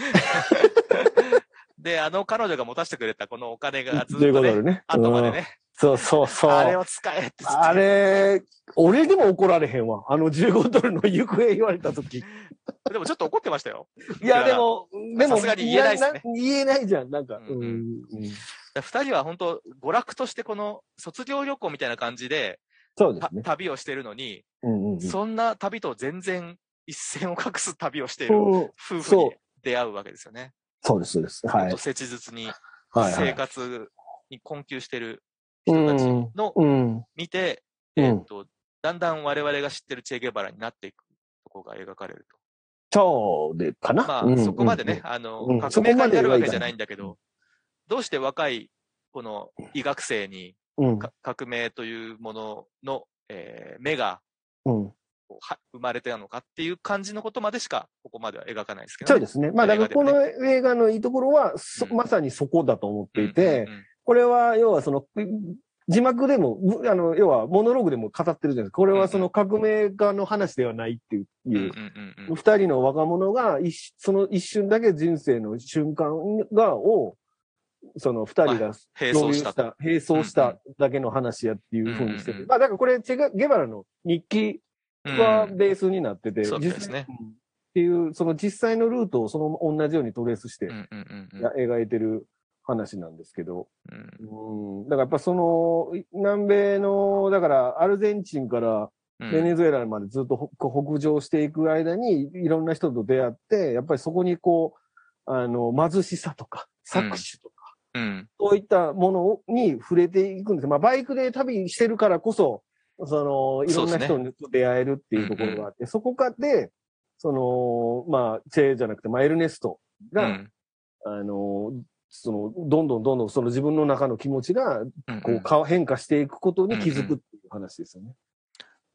S1: で、あの彼女が持たせてくれたこのお金がずっ
S2: という
S1: と
S2: こと
S1: ね、
S2: でね。
S1: 後まで
S2: うん。
S1: ね、
S2: そうそうそう。
S1: あれを使えって言って
S2: あれ、俺でも怒られへんわ。あの15ドルの行方言われた時。
S1: でもちょっと怒ってましたよ。
S2: いや、でも、でも、
S1: さすがに言えないっすね
S2: なな言えないじゃん、なんか。
S1: う
S2: うんん
S1: う
S2: うん
S1: 二人は本当娯楽としてこの卒業旅行みたいな感じで、
S2: そうで
S1: た
S2: すね。
S1: 旅をしてるのに、
S2: うんうんうん
S1: そんな旅と全然一線を画す旅をしている
S2: うん
S1: 夫婦
S2: そ
S1: に
S2: う
S1: 出会うわけですよね。
S2: そうです、そうです。は
S1: ほん
S2: い
S1: と。切実に
S2: はいは
S1: 生
S2: い。
S1: 活に困窮してる人たちの
S2: うん。
S1: 見て、
S2: うん
S1: えっと、だんだん我々が知ってるチェ・ゲバラになっていくところが描かれると。
S2: そうで、かな。
S1: ま
S2: うん
S1: あ、そこまでね、、あの
S2: うん、
S1: 革命家になるわけじゃないんだけ
S2: そこ
S1: ど、どうして若い、この医学生に
S2: うん。
S1: か革命というものの、えー目が
S2: うん。
S1: こうは生まれてたのかっていう感じのことまでしか、ここまでは描かないですけど
S2: そう
S1: ね、
S2: ですね。まあ、だからこの映画のいいところは、そ
S1: うん
S2: まさにそこだと思ってい
S1: うん
S2: て
S1: う、んうん
S2: これは、要はその、字幕でも、ぶあの、要は、モノローグでも語ってるじゃないですか。これはその革命家の話ではないっていう、
S1: うんうんうんうん
S2: 二人の若者が一し、その一瞬だけ人生の瞬間が、を、その二人が
S1: 並
S2: 共有
S1: 走
S2: し
S1: したと。
S2: た、並走しただけの話やっていうふうにして
S1: うんう
S2: る。
S1: ん
S2: まあ、だからこれ、チェガゲバラの日記
S1: うん
S2: がベースになってて、
S1: そうですね
S2: 実際うんっていう、その実際のルートをその同じようにトレースして
S1: うんうんうんうん
S2: や描いてる話なんですけど、
S1: うん
S2: うん、だからやっぱその、南米の、だからアルゼンチンから
S1: うん
S2: ベネズエラまでずっと北北上していく間に、いろんな人と出会って、やっぱりそこにこう、あの、貧しさとか、搾取
S1: う
S2: とか、
S1: ん
S2: そういったものに触れていくんです。まあ、バイクで旅してるからこそ、その、いろんな人
S1: そ
S2: に出会えるっていうところがあって、そこかで、その、まあ、チェじゃなくて、まあ、エルネストが、
S1: うん
S2: あの、その、どんどんどんどんその自分の中の気持ちが、
S1: うんう、
S2: こうんか変化していくことに気づくっていう話ですよね。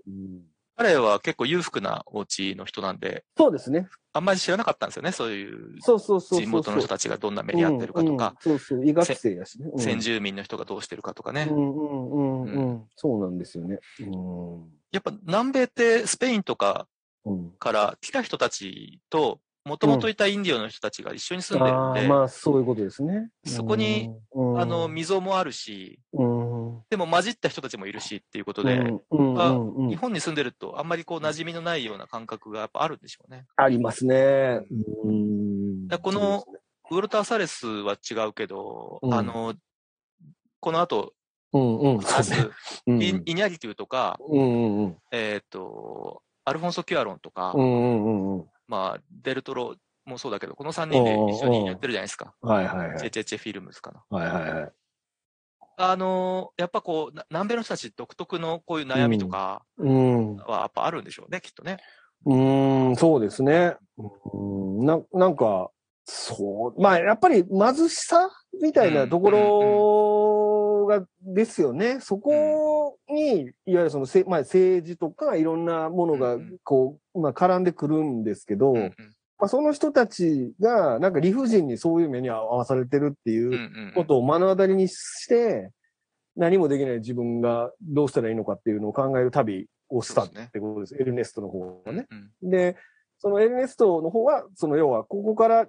S2: うん
S1: 彼は結構裕福なお家の人なんで、
S2: そうですね。
S1: あんまり知らなかったんですよね、そういう
S2: そうそうそうそうそう。
S1: 地元の人たちがどんな目に遭ってるかとか、
S2: うんうんそうそう、医学生やしね。うん
S1: 先住民の人がどうしてるかとかね。
S2: うんうんうんうん。そうなんですよね。うん。
S1: やっぱ南米ってスペインとか
S2: うん
S1: から来た人たちと、もともといたインディオの人たちが一緒に住んでるん
S2: あ
S1: で、
S2: ーまあ、そういうことですね。
S1: そこに
S2: うん、うん
S1: あの、溝もあるし、
S2: うん。
S1: でも混じった人たちもいるしっていうことで、
S2: うんうん
S1: あ
S2: うんう
S1: 日
S2: ん
S1: 本に住んでるとあんまりこう馴染みのないような感覚がやっぱあるんでしょうね。
S2: ありますね。うん
S1: だからこの、ウォルター・サレスは違うけど、
S2: うん
S1: あの、この後、
S2: うんうん。
S1: まず、
S2: うん
S1: イイニャリティとか、
S2: うんうん
S1: えっ、と、アルフォンソ・キュアロンとか、
S2: うんうんうんうん。
S1: まあ、デルトロもそうだけど、この3人で一緒にやってるじゃないですか。
S2: はいはいは
S1: チェ
S2: い。
S1: チェチェフィルムズかな。
S2: はいはいはい。
S1: あのーやっぱこう、な南米の人たち独特のこういう悩みとか
S2: うん。う
S1: はやっぱあるんでしょうね、きっとね。
S2: ーん、そうですね。うんななんか、そう、まあやっぱり貧しさみたいなところが、ですよね。そこに、いわゆるそのせ、まあ、政治とかいろんなものが
S1: うんうん、
S2: こう、まあ絡んでくるんですけど、
S1: うんうん
S2: まあ、その人たちが、なんか理不尽にそういう目に遭わされてるっていううん
S1: う
S2: うん
S1: う
S2: こ
S1: ん
S2: とを目の当たりにして、何もできない自分がどうしたらいいのかっていうのを考える旅をしたってことです。エルネストの方はね。
S1: うん
S2: で、そのエルネストの方は、その要は、ここから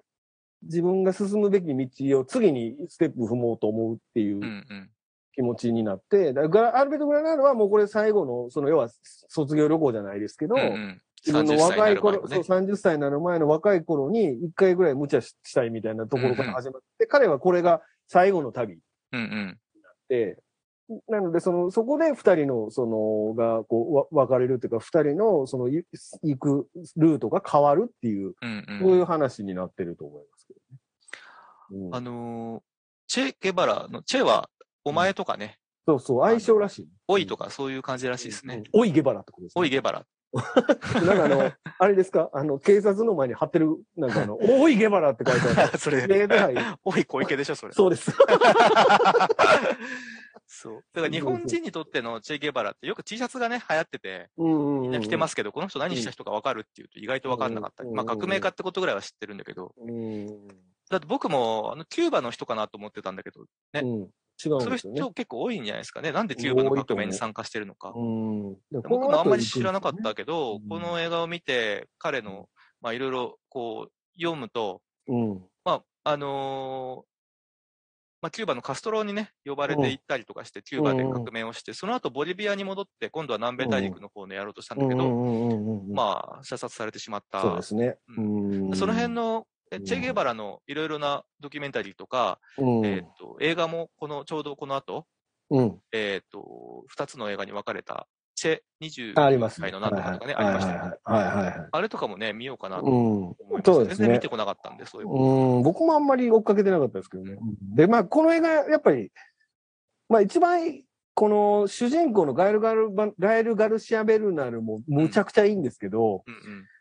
S2: 自分が進むべき道を次にステップ踏もうと思うっていううん
S1: うん
S2: 気持ちになって、だからアルベルト・グラナードはもうこれ最後の、その要は卒業旅行じゃないですけど、
S1: うんうん
S2: 自分の
S1: 30歳にな
S2: 若い
S1: る前
S2: 頃、
S1: の
S2: そう、
S1: ね。
S2: 30歳になる前の若い頃に、一回ぐらい無茶したいみたいなところから始まって、彼はこれが最後の旅
S1: うんうん
S2: で、なので、その、そこで二人の、その、が、こう、わ分かれるというか、二人の、その、い行くルートが変わるっていう、
S1: うんうん
S2: そういう話になってると思いますけどね。うん
S1: あのーチェ・ゲバラの、チェは、お前とかね、
S2: そうそう、相性らしい。
S1: おいとかそういう感じらしいです
S2: う
S1: ね
S2: ん。。おいゲバラってことですね。
S1: おい、ゲバラ。
S2: なんかあの、あれですかあの、警察の前に貼ってる、なん かあの、おいゲバラって書いてあ
S1: そ
S2: る。
S1: れ、
S2: ではい
S1: おい、小池でしょ、それ。
S2: そうです。
S1: そう。だから日本人にとってのチェ・ゲバラってよく T シャツがね、流行ってて、
S2: うん。
S1: みんな着てますすけど、この人何した人か分かるっていうと意外と分かんなかったり、
S2: うん
S1: まあ革命家ってことぐらいは知ってるんだけど、
S2: うん。
S1: だって僕もあのキューバの人かなと思ってたんだけど、ね
S2: うん違うん
S1: そういう
S2: ですよね。
S1: 人結構多いんじゃないですかね。なんでキューバの革命に参加してるのか。
S2: うん。僕
S1: 僕もあんまり知らなかったけど、
S2: うん
S1: この映画を見て、彼の、まあいろいろこう、読むと、
S2: うん。
S1: まあ、あのーまあ、キューバのカストロにね、呼ばれて行ったりとかして、キューバで革命をして、その後ボリビアに戻って、今度は南米大陸の方のやろうとしたんだけど、
S2: ま
S1: まあ、射殺されてしまった。
S2: そうですね。
S1: うその辺の、えチェ・ゲバラのいろいろなドキュメンタリーとか、
S2: うん、
S1: えーっと、映画もこの、ちょうどこの後、
S2: うん、
S1: えーっと、2つの映画に分かれた、チェ20
S2: ああります
S1: 回の何とかとかね、ありましたけど、
S2: はいはいはいはいはいはいはい。
S1: あれとかもね、見ようかなと思い
S2: うん
S1: まし、た。
S2: そうで
S1: 全
S2: す
S1: 然見
S2: ね
S1: て。こなかったんで、そういう。
S2: うん、僕もあんまり追っかけてなかったですけどね。で、まあ、この映画、やっぱり、まあ、一番この主人公のガエルガルバ・ガエルガルシア・ベルナルもむちゃくちゃいいんですけど、
S1: うん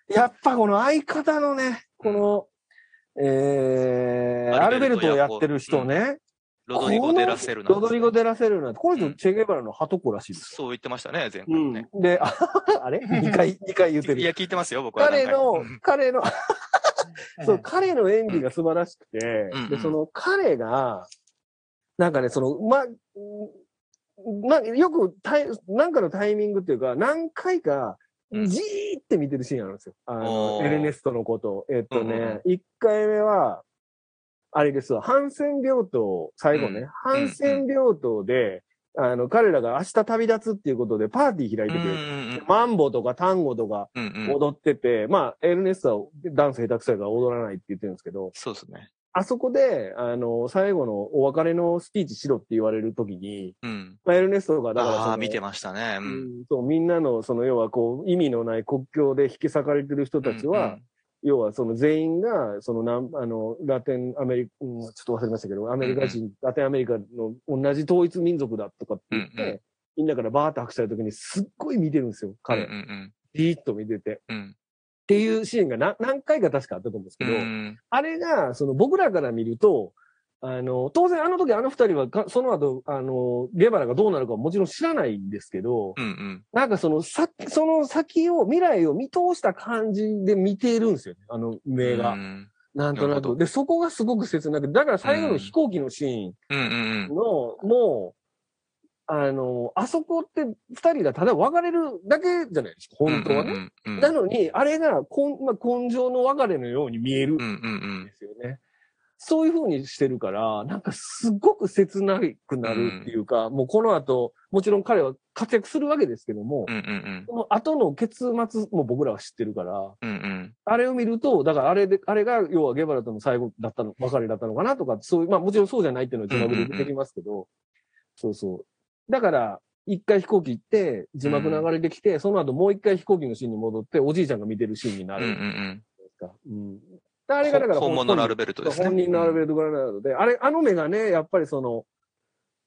S1: うん。
S2: やっぱこの相方のね、この、えー、ア
S1: ア
S2: ル
S1: ル
S2: ベ
S1: ベ
S2: ル
S1: ル
S2: ト
S1: ト
S2: をやってる人ね。
S1: ロドリゴ・デラセルナ
S2: ロドリゴ・デラセルナ。この
S1: う
S2: 人、
S1: ん
S2: チェゲバラのハトコらしいです。
S1: そう言ってましたね、前回
S2: う
S1: も
S2: ん
S1: ね。。
S2: で、ああれ 二回、二回言って
S1: い
S2: る。
S1: や、聞いてますよ、僕は。
S2: 彼の
S1: 何、
S2: 彼の、
S3: うん
S2: そう、彼の演技が素晴らしくて、
S1: うん
S2: で、その彼が、なんかね、その、ま、うんま、よくタイ、なんかのタイミングっていうか、何回か、じ
S1: う
S2: ー
S1: ん
S2: って見てるシーンあるんですよ。あの
S1: お、ー
S2: エルネストのこと。えっと
S1: うんうん
S2: ね、一、回目は、あれですわ、ハンセン病棟、最後ね、ハンセン病棟で、あの、彼らが明日旅立つっていうことでパーティー開い
S1: 回
S2: て
S1: う
S2: て、
S1: んうんうん
S2: マンボとかタンゴとか、
S1: うんうん。
S2: 踊ってて、まあ、エルネスタはダンス下手くそやから踊らないって言ってるんですけど、
S1: そうですね。
S2: あそこで、あの、最後のお別れのスピーチしろって言われるときに、
S1: うん。
S2: まあ、エルネストが、だからそ
S1: あ
S2: の、
S1: あ、見てましたね。う。
S2: うんんそう、みんなの、その、要はこう、意味のない国境で引き裂かれてる人たちは、要はその全員が、そのなん、あの、ラテンアメリカ、うんちょっと忘れましたけど、アメリカ人、ラテンアメリカの同じ統一民族だとかって言って、
S1: うんうん
S2: みんなからバーって拍手したるときに、すっごい見てるんですよ、
S1: うんうん
S2: 彼。
S1: うんうん
S2: じーっと見てて。
S1: うん。
S2: っていうシーンが何何回か確かあったと思うんですけ
S1: うん
S2: ど、
S1: うん。
S2: あれが、その僕らから見ると、あの、当然あの時あの二人はか、その後、あの、ゲバラがどうなるかはもちろん知らないんですけど、
S1: うんうん。
S2: なんかそのさ、その先を、未来を見通した感じで見ているんですよね、あの目が。
S1: うん
S2: なんと
S1: なる
S2: な
S1: ほ
S2: く。
S1: ど
S2: で、そこがすごく切なくて、だから最後の飛行機のシーン
S1: うんうん
S2: の、もう、あの、あそこって二人がただ別れるだけじゃないですか、
S1: うん。
S2: 本当はね。
S1: うんうんうん。
S2: なのに、あれがこん、まあ、根性の別れのように見えるん
S1: うんうんうん
S2: で。すよね。そういう風にしてるから、なんかすごく切なくなるっていうか、もうこの後、もちろん彼は活躍するわけですけども、
S1: うんうん
S2: その後の結末も僕らは知ってるから、
S1: うん。うんうん。
S2: あれを見ると、だからあれで、あれが要はゲバラとの最後だったの、別れだったのかなとか、そういう、まあもちろんそうじゃないっていうのは字幕で出てきますけど、そうそう。だから、一回飛行機行って、字幕流れてきて、その後もう一回飛行機のシーンに戻って、おじいちゃんが見てるシーンにな
S1: うんう
S2: るん
S1: ん
S2: で
S1: うん。
S2: すか。うん。あれがだから
S1: 本物のアルベルトですね。
S2: 本人のアルベルト・グラナードで、あれ、あの目がね、やっぱりその、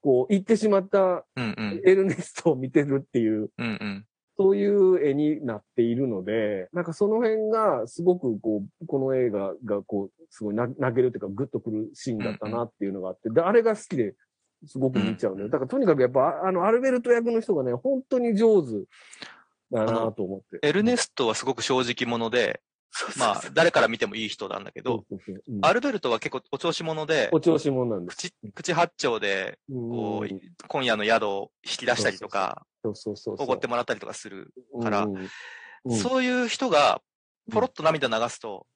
S2: こう、行ってしまった
S1: うんうん
S2: エルネストを見てるっていう、
S1: うんうん。
S2: そういう絵になっているので、なんかその辺がすごくこう、この映画がこう、すごい泣泣けるというか、グッとくるシーンだったなっていうのがあって、で、あれが好きで、すごく見ちゃうね。だからとにかくやっぱ、ああの、アルベルト役の人がね、本当に上手だなと思って。
S1: エルネストはすごく正直者で、まあ、誰から見てもいい人なんだけど、
S2: そうそうそううん
S1: アルベルトは結構お調子者で
S2: お、調子者なんです。
S1: 口、口八丁で、こ
S2: うん
S1: う、今夜の宿を引き出したりとか、
S2: そうそうそうそ
S1: お
S2: う。
S1: ごってもらったりとかする。から
S2: うんうん
S1: そういう人が、ポロッと涙流すと、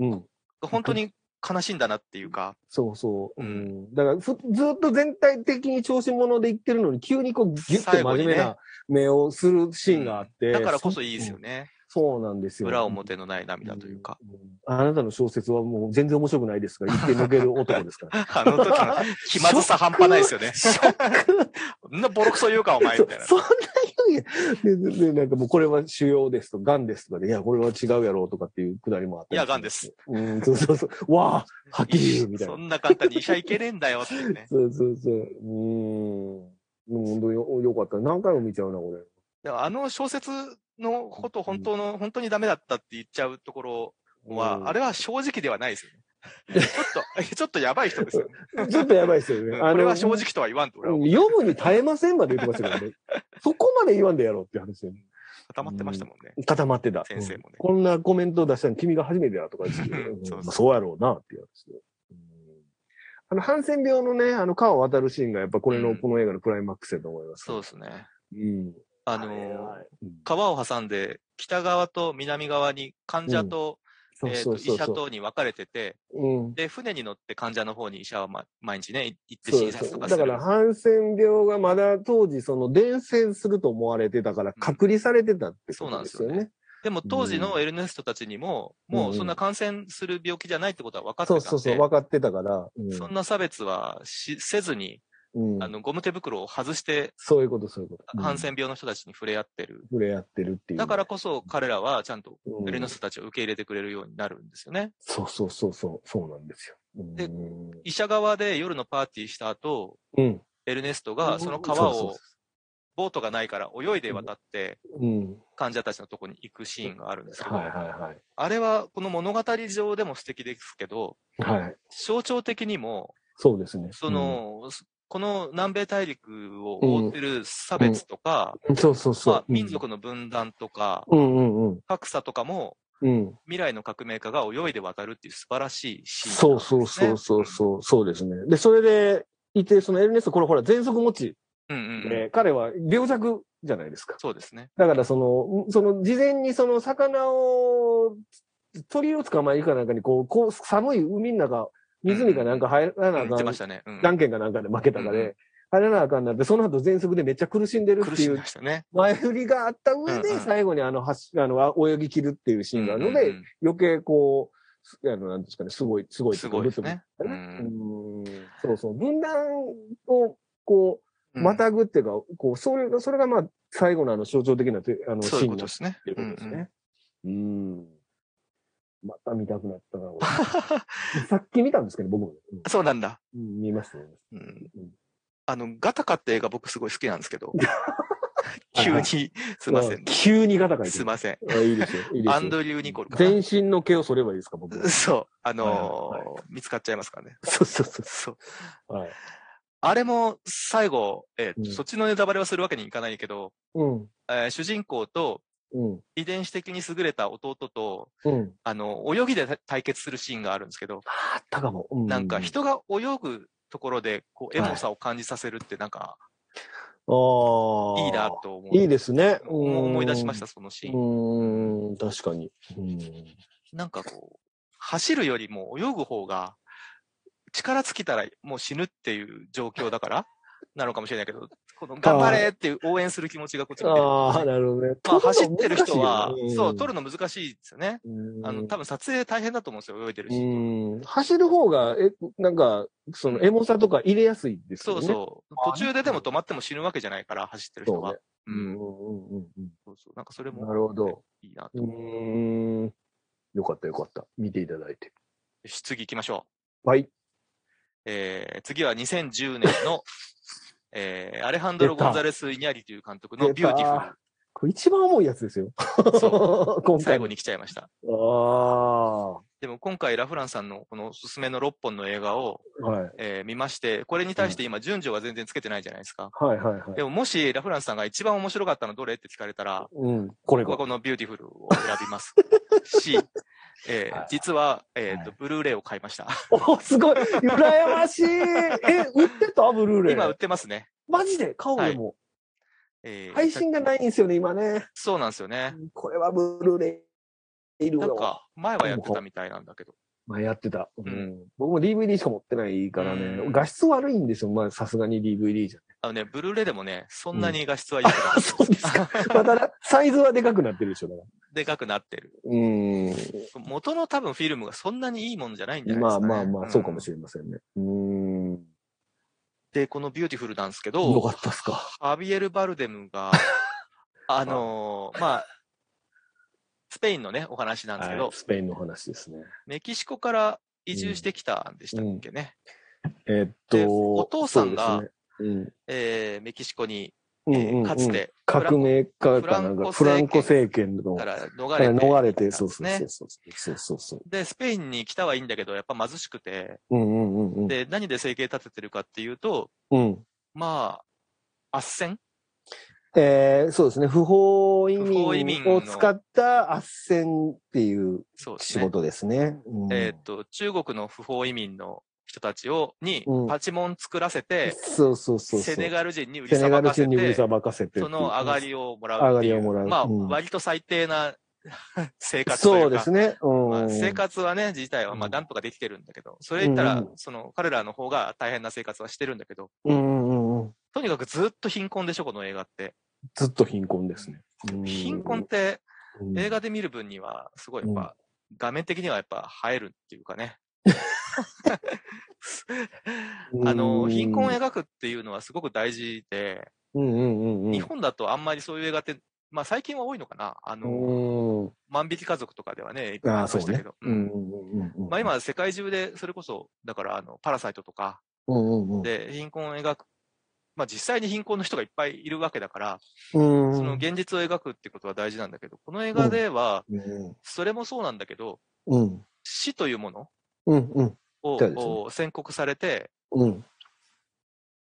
S2: うん。
S1: 本当に悲しいんだなっていうか、
S2: そうそう。
S1: う
S2: う
S1: ん
S2: ん。だからふ、ずっと全体的に調子者で言ってるのに、急にこう、ギュッと
S1: 最
S2: 真
S1: 後にね
S2: 面目な目をするシーンがあって。
S1: だからこそいいですよ
S2: ね。
S1: ね。
S2: そうなんですよ。
S1: 裏表のない涙というか。
S2: ん。んあなたの小説はもう全然面白くないですから、言って抜ける男です から。
S1: あの時の 気まずさ半端ないですよね。そ んなボロクソ言うか、お前、
S2: そ
S1: みたいな。
S2: そんな言うやでで、なんかもうこれは腫瘍ですと、癌ですとかで、いや、これは違うやろうとかっていうくだりもあったり
S1: いや癌です。
S2: うん、そうそうそう。わあ、はっきり言うみたいな
S1: そ。んな簡単に医者行けねえんだよっていうね。
S2: そうそうそう。うーん。でも本当によよかった。何回も見ちゃうな、これ。
S1: でもあの小説のこと本当の、本当にダメだったって言っちゃうところは、あれは正直ではないですよ ね。ちょっと、ちょ っとやばい人ですよね。
S2: れちょっとやばいですよね。
S1: うん
S2: あの
S1: これは正直とは言わんと、俺は
S2: うん読むに耐えませんまで言ってましたからね。そこまで言わんでやろうっていう話よね。
S1: 固まってましたもんね。
S2: 固まってた。
S1: 先生もね
S2: うんこんなコメントを出したの君が初めてだとか言って たけど
S1: うんそうそう
S2: うんまあそうやろうな、っていう話で。うんあの、ハンセン病のね、あの、川を渡るシーンがやっぱこれ
S1: う
S2: の、
S1: ん
S2: この映画のクライマックスだと思います。
S1: そうですね。
S2: うん。
S1: あ
S2: あ
S1: の
S2: れはうん
S1: 川を挟んで、北側と南側に患者と、
S2: そう
S1: えー
S2: そ
S1: と
S2: うそ
S1: 医
S2: う
S1: 者
S2: そ
S1: とに分かれてて、
S2: う。うん。
S1: で、船に乗って患者の方に医者は、ま、毎日ね、い行って
S2: そう
S1: 診
S2: です
S1: 察とかす
S2: だ
S1: る。
S2: から、ハンセン病がまだ当時、その伝染すると思われてたから、隔離されてたってことです
S1: そ
S2: よ
S1: うなんですよ
S2: ね。
S1: でも当時のエルネストたちにも、
S2: うん
S1: もうそんな感染する病気じゃないってことは分かってたん
S2: そう
S1: で、
S2: そうそう、分かってたから、うん
S1: そんな差別はしせずに、
S2: うん
S1: あの、ゴム手袋を外して、
S2: そういうこと、そういうこと。
S1: ハンセン病の人たちに触れ合ってる。
S2: 触れ合ってるっていう。
S1: だからこそ彼らはちゃんと
S2: うん
S1: エルネストたちを受け入れてくれるようになるんですよね。
S2: そうそうそうそう、そうなんですよ。うん
S1: 医者側で夜のパーティーした後、
S2: うん。
S1: エルネストがその川をボートがないから泳いで渡って
S2: うん。
S1: 患者たちのとこに行くシーンがあるんですけど、
S2: はいは
S1: あれはこの物語上でも素敵ですけど、
S2: いはい。はい。
S1: 象徴的にも、
S2: そうですね。
S1: その、この南米大陸を覆ってる差別とか、
S2: うん、そうそうそう。
S1: まあ、民族の分断とか、
S2: うんうんうん。
S1: 格差とかも
S2: うん。
S1: 未来の革命家が泳いで渡るっていう素晴らしいシーン
S2: そ
S1: なん
S2: う
S1: です、
S2: そ
S1: ね。
S2: うそうそうそう、そうですね。で、それで、いて、そのエルネスト、これほら、喘息持ち
S1: うん。うんうん、
S2: で、彼は病弱じゃないですか。
S1: そうですね。
S2: だから、その、その、事前にその魚を、鳥を捕まえるかなんかに、こう、こう寒い海の中、湖かなんか入らな
S1: う
S2: あ
S1: ん、言って
S2: か
S1: ま
S2: ん
S1: し、たね。うん、
S2: 断剣かなんかで負けたか
S1: うんうん
S2: で、入らなあかんなって、その後喘息でめっちゃ苦しんでるっ
S1: 苦
S2: て
S1: し
S2: い
S1: み
S2: う
S1: ましたね。
S2: 前振りがあった上
S1: うんう
S2: で、
S1: ん
S2: 最後にあの、はしあの、あ泳ぎ切るっていうシーンがあるの
S1: う
S2: で、
S1: ん
S2: 余計こうす、あの、なんですかね、すごい、す
S1: う
S2: ご
S1: ん
S2: い。
S1: すごいですね。
S2: う
S1: うん
S2: んそうそう。分断を、こう、またぐっていうか、こう、それが、それがまあ、最後のあの象徴的なてあのシ
S1: そうい
S2: ー
S1: うこ
S2: ン
S1: と
S2: だ
S1: で
S2: っ
S1: すね
S2: ていう。ことですね。うん。また見たくなったな、 俺さっき見たんですけど、僕も。うん
S1: そうなんだ。
S2: うん見ましたね。
S1: うん
S2: うん
S1: あの、ガタカって映画僕すごい好きなんですけ ど。急に、すいません。
S2: 急にガタガタ。
S1: すいません。
S2: あいいですよ。いいですよ。
S1: アンドリュー・ニコルか
S2: 全身の毛を剃ればいいですか、僕。
S1: な。そう。あのー
S2: はいはい
S1: 見つかっちゃいますからね。
S2: そうそうそ
S1: そう。
S2: う。はい。
S1: あれも最後、えー
S2: うん
S1: そっちのネタバレはするわけにいかないけど、
S2: うん。
S1: えー主人公と
S2: うん。
S1: 遺伝子的に優れた弟と、
S2: うん。
S1: あの、泳ぎで対決するシーンがあるんですけど、
S2: あったかも。う
S1: なんか人が泳ぐところで、こう、エ
S2: はい
S1: モさを感じさせるってなんか、
S2: ああ。
S1: いいなと思う。
S2: いいですね。うん
S1: 思い出しました、。そのシ
S2: う
S1: ーン。
S2: ーん、確かに。うん
S1: なんかこう、走るよりも泳ぐ方が、力尽きたらもう死ぬっていう状況だから、 なのかもしれないけど、この頑張れっていう応援する気持ちがこっちに出てくる
S2: ああ、なるほどね。
S1: まあ、走
S2: 撮
S1: っ
S2: の
S1: てる人は
S2: 難しいよね、
S1: そう、撮るの難しいですよね。
S2: うん
S1: あの、多分撮影大変だと思うんですよ、泳いでるし。
S2: うん。走る方が、え、なんか、その、エモさとか入れやすいです
S1: そ
S2: よね。
S1: うそう。
S2: あ
S1: 途中ででも止まっても死ぬわけじゃないから、走ってる人
S2: そう
S1: は
S2: ね。。
S1: う
S2: うん
S1: ん。
S2: うんうんう
S1: そうそう。なんかそれ
S2: ん。
S1: も。
S2: なるほど。。
S1: いいなと。
S2: うーん。よかったよかった。見ていただいて。
S1: よし次行きましょう。
S2: はい。
S1: えー、次は2010年 の、えー、アレハンドロ・ゴンザレス・イニャリという監督のビューティ
S2: これ一番重いやつですよ。 そう。
S1: フル、
S2: 今回。
S1: 最後に来ちゃいました。
S2: ああ。は
S1: でも今回、ラフランさんのこのおすすめの6本の映画を、
S2: い。はい
S1: えー見まして、これに対して今、順序は全然つけてないじゃないですか。
S2: はいはい。
S1: でももし、ラフランさんが一番面白かったのどれって聞かれたら、
S2: うん。これ
S1: 僕
S2: が
S1: は。このビューティフルを選びます。 し、えー
S2: はい
S1: 実は、えっ、と、
S2: は
S1: ブルーレイを買いました。
S2: おすごい羨ましいえ、売ってたブルーレイ。
S1: 今売ってますね。
S2: マジで顔でも。
S1: えー
S2: 配信がないんですよね、今ね。
S1: そうなんですよね。
S2: これはブルーレイ。いる
S1: なん
S2: わ。
S1: か、前はやってたみたいなんだけど。
S2: 前やってた。うんん。僕も DVD しか持ってないからね
S1: う。ん
S2: 画質悪いんですよ。まあ、さすがに DVD じゃ。
S1: あのね、ブルーレイでもね、そんなに画質は良くない。
S2: あ、そうですか。 また、サイズはでかくなってるでしょ、だから。
S1: でかくなってる。
S2: うーん。
S1: 元の多分フィルムがそんなにいいもんじゃないんじゃないで
S2: ますあ
S1: か、ね。
S2: まあまあ、そうかも
S1: れ
S2: しれませんね。うーん。
S1: ない。で、このビューティフルなんですけ
S2: よ
S1: ど、
S2: かったっすか。
S1: ハビエル・バルデム が、あのーまあ、スペインのね、お話なんですけど、
S2: はいスペインの話ですね。
S1: メキシコから移住してきたんでしたっけね。
S2: えっ
S1: で
S2: と、
S1: お父さんが
S2: そうですね、
S1: えーメキシコに、
S2: うん
S1: え
S2: うんうんう
S1: ー
S2: ん
S1: かつて
S2: 革命家かなんか、
S1: フ
S2: フ
S1: ラ
S2: ラ
S1: ン
S2: ン
S1: コ
S2: コ
S1: 政
S2: 政権の
S1: か
S2: から
S1: 逃れ
S2: ら
S1: て、
S2: 逃れて、
S1: た
S2: そ
S1: ん
S2: う
S1: で
S2: そ
S1: す
S2: う
S1: ね
S2: そうそう。そうそうそう。
S1: で、スペインに来たはいいんだけど、やっぱ貧しくて、
S2: うんうんうんうん。
S1: で、何で生計立ててるかっていうと、
S2: うん。
S1: まあ、斡旋
S2: えー、そうですね。不法移
S1: 不法移民
S2: 民
S1: の
S2: を使った斡旋っていう
S1: そうです
S2: 仕
S1: ね。
S2: 事ですね。うん
S1: えーっと、中国の不法移民の人たちを、に
S2: うん
S1: パチモン作らせて、
S2: そうそうそうそう。
S1: セネガル人に売り
S2: セ
S1: さ
S2: ネガ
S1: ば
S2: ル
S1: かせ
S2: 人に売り
S1: て
S2: さ、ばかせてっていう。
S1: その上がりをもらう
S2: 上
S1: っ
S2: が
S1: てい
S2: り
S1: う。
S2: をもらう
S1: まあ、
S2: うん
S1: 割と最低な 生活とい
S2: そううで
S1: か
S2: す。ね。うん
S1: まあ生活はね、自体はまあ、
S2: うん
S1: なんとかできてるんだけど、それ言ったら、
S2: うんう
S1: その、彼らの方が大変な生活はしてるんだけど、
S2: うんうんうん。
S1: とにかくずっと貧困でしょ、この映画って。
S2: ずっと貧困ですね。うん
S1: 貧困って、
S2: うん
S1: 映画で見る分には、すごいやっぱ、画面的にはやっぱ映えるっていうかね。
S2: うん
S1: あの、貧困を描くっていうのはすごく大事で、
S2: うんうんうんうん。
S1: 日本だとあんまりそういう映画って、まあ最近は多いのかなあの、
S2: うん
S1: 万引き家族とかではね、いっぱい
S2: あ
S1: あ
S2: あ、
S1: りま
S2: そ
S1: し
S2: う
S1: たけ
S2: ね
S1: ど。。
S2: うんうんうんうん
S1: まあ今、世界中で、それこそ、だから、あの、パラサイトとか
S2: うんうんうん
S1: で貧困を描くまあ実際に貧困の人がいっぱいいるわけだから、
S2: うん。
S1: その現実を描くってことは大事なんだけど、この映画では、
S2: うん。
S1: それもそうなんだけど、
S2: うん。
S1: 死というもの
S2: うん。うん。
S1: を
S2: そうですね
S1: こう宣告されて、
S2: うん。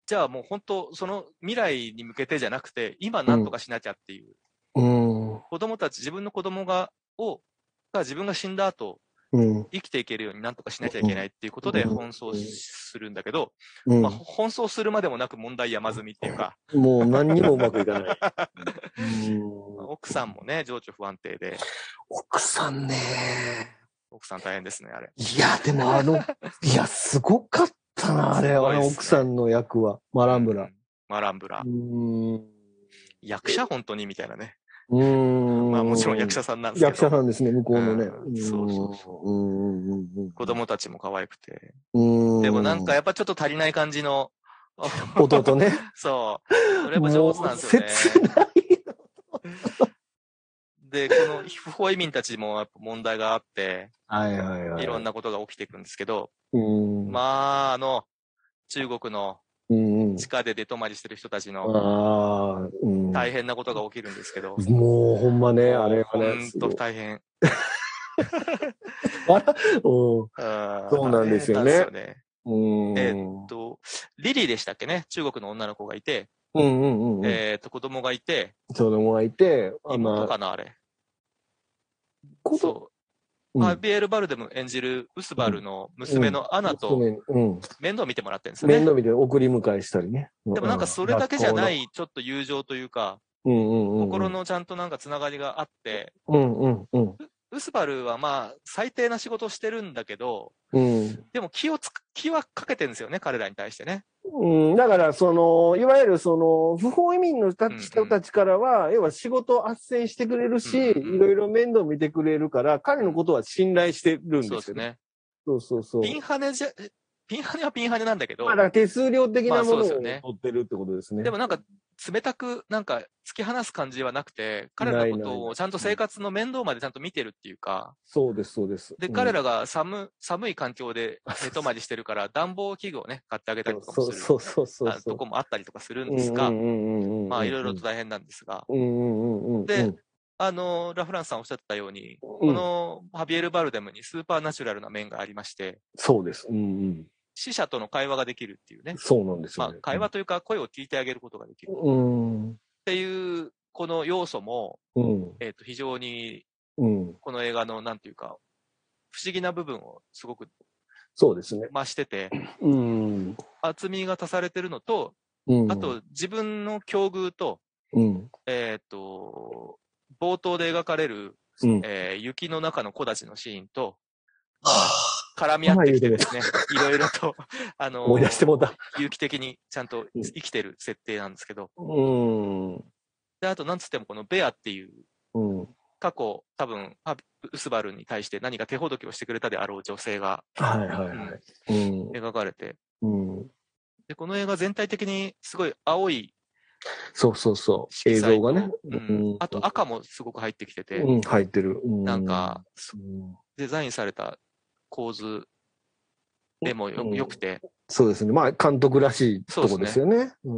S1: じゃあもう本当、その未来に向けてじゃなくて、今なんとかしなきゃっていう、
S2: うん。
S1: 子供たち、自分の子供が、を、が自分が死んだ後、
S2: うん。
S1: 生きていけるようになんとかしなきゃいけないっていうことで
S2: うん
S1: 奔走するんだけど、
S2: うん
S1: まあ、奔走するまでもなく問題山積みっていうか、
S2: もう何にもうまくいかない。うん
S1: 奥さんもね、情緒不安定で、
S2: 奥さんね。
S1: 奥さん大変ですね、あれ。
S2: いや、でもあの、いや、すごかったな、あれ、
S1: す
S2: あ
S1: ごいっすね
S2: の奥さんの役は、マランブラ
S1: う。ん。マランブラ
S2: う。ーん。
S1: 役者本当にみたいなね。
S2: うーん。
S1: まあもちろん役者さんなんですけ
S2: 役者
S1: ど、
S2: さんですね、向こうのね。。
S1: うんそうそうそう
S2: うんうんうんうん。
S1: 子供たちも可愛くて。
S2: うん。
S1: でもなんかやっぱちょっと足りない感じの、
S2: 弟ね。
S1: そう。それも上手なんですよね
S2: もう。切ない。
S1: で、この不法移民たちもやっぱ問題があって、
S2: はいはいはい。
S1: いろん
S2: な。
S1: なことが起きていくんですけど、
S2: うん。
S1: まあ、あの、中国の
S2: うんうん
S1: 地。下で出泊まりしてる人たちの
S2: ああ、うん。
S1: 大変なことが起きるんですけど、
S2: もうほんまね、あれはね。
S1: 本当大変。
S2: あらう
S1: そ
S2: んそうなんですよね
S1: ね。
S2: うん。
S1: ええっと、リリーでしたっけね中国の女の子がいて、
S2: うんうんうんうん。
S1: えーっと、子供がいて、
S2: 子供がいて、あ
S1: 妹
S2: まあ、
S1: かなあれ。
S2: 子供
S1: そうう。
S2: ん
S1: ハビエル・バルデム演じるウスバルの娘のアナ
S2: ご
S1: と
S2: めんうん。
S1: 面倒見てもらってるんですよ
S2: 面
S1: ね。
S2: 倒見て送り迎えしたりね。
S1: でもなんかそれだけじゃな
S2: 学
S1: い、ちょっと友情というか、
S2: 校の。うんうんうんうん。
S1: 心。のちゃんとなんかつながりがあって、
S2: うんうんうん。
S1: ウスバルはまあ、最低な仕事をしてるんだけど、
S2: うん。
S1: でも気をつく、気はかけてるんですよね、彼らに対してね。
S2: うん、だから、その、いわゆる、その、不法移民のた
S1: うんうん
S2: 人たちからは、要は仕事を斡旋してくれるし、
S1: うんうんうん
S2: いろいろ面倒見てくれるから、彼のことは信頼してるんです
S1: そう
S2: よ
S1: です
S2: ね。
S1: ね。
S2: そうそうそう。
S1: ピンハネじゃ、ピンハネはピンハネなんだけど
S2: まあ、だ、から手数料的なも
S1: まあそう
S2: の
S1: ですよ
S2: を
S1: ね
S2: 取ってるってことですね。
S1: でもなんか、冷たく、なんか、突き放す感じはなくて、彼らのこ
S2: ない
S1: と
S2: な
S1: をちゃんと生活の面倒までちゃんと見てるっていうか、
S2: そうです、そうです。
S1: で、彼らが寒、寒い環境で寝泊まりしてる から、暖房器具をね、買ってあげたり
S2: うん、
S1: とか
S2: そ
S1: も
S2: う
S1: する
S2: そうそうそう
S1: あ
S2: そう。
S1: とこもあったりとかするんですが、まあ、いろいろと大変なんですが、
S2: うんうんうんうん。
S1: で
S2: うん、
S1: あの、ラフランスさんおっしゃってたように、
S2: こ
S1: こ、のハビエル・バルデムにスーパーナチュラルな面がありまして、
S2: そうです。うん
S1: 死者との会話ができるっていう
S2: うん。
S1: ね、
S2: そうなんです
S1: ま
S2: よ、
S1: あ
S2: ね。、
S1: 会話というか声を聞いてあげることができるっ
S2: うん。うん。
S1: ていう、この要素も、
S2: うん。
S1: えっ、と、非常に
S2: うん。
S1: この映画の、なんていうか、不思議な部分をすごく
S2: そうですね。
S1: 増してて、
S2: うん。
S1: 厚みが足されてるのと、
S2: うん。
S1: あと、自分の境遇と、
S2: うん、
S1: えっ、と、冒頭で描かれる、
S2: うん。
S1: えー雪の中の子たちのシーンと、まあ
S2: は
S1: 絡み合ってきて ですね、いろいろと、あ
S2: あ
S1: のー
S2: 思い出してもうた。
S1: 有機的にちゃんと
S2: うん
S1: 生きてる設定なんですけど、
S2: うん。
S1: で、あと、なんつってもこのベアっていう、
S2: うん。
S1: 過去、多分、ハビウスバルに対して何か手ほどきをしてくれたであろう女性が
S2: はいはいはい。うん。
S1: 描かれて、
S2: うん。
S1: で、この映画全体的にすごい青い
S2: そうそうそう。
S1: 色
S2: 映
S1: 彩
S2: 像
S1: と
S2: がね。
S1: うん、あと、赤もすごく入ってきてて、
S2: うん、入ってる。う
S1: なんか、
S2: うん
S1: デザインされた構図でもよ,、
S2: うん
S1: よくて、
S2: そうですね。まあ、監督らしいとこですよね。う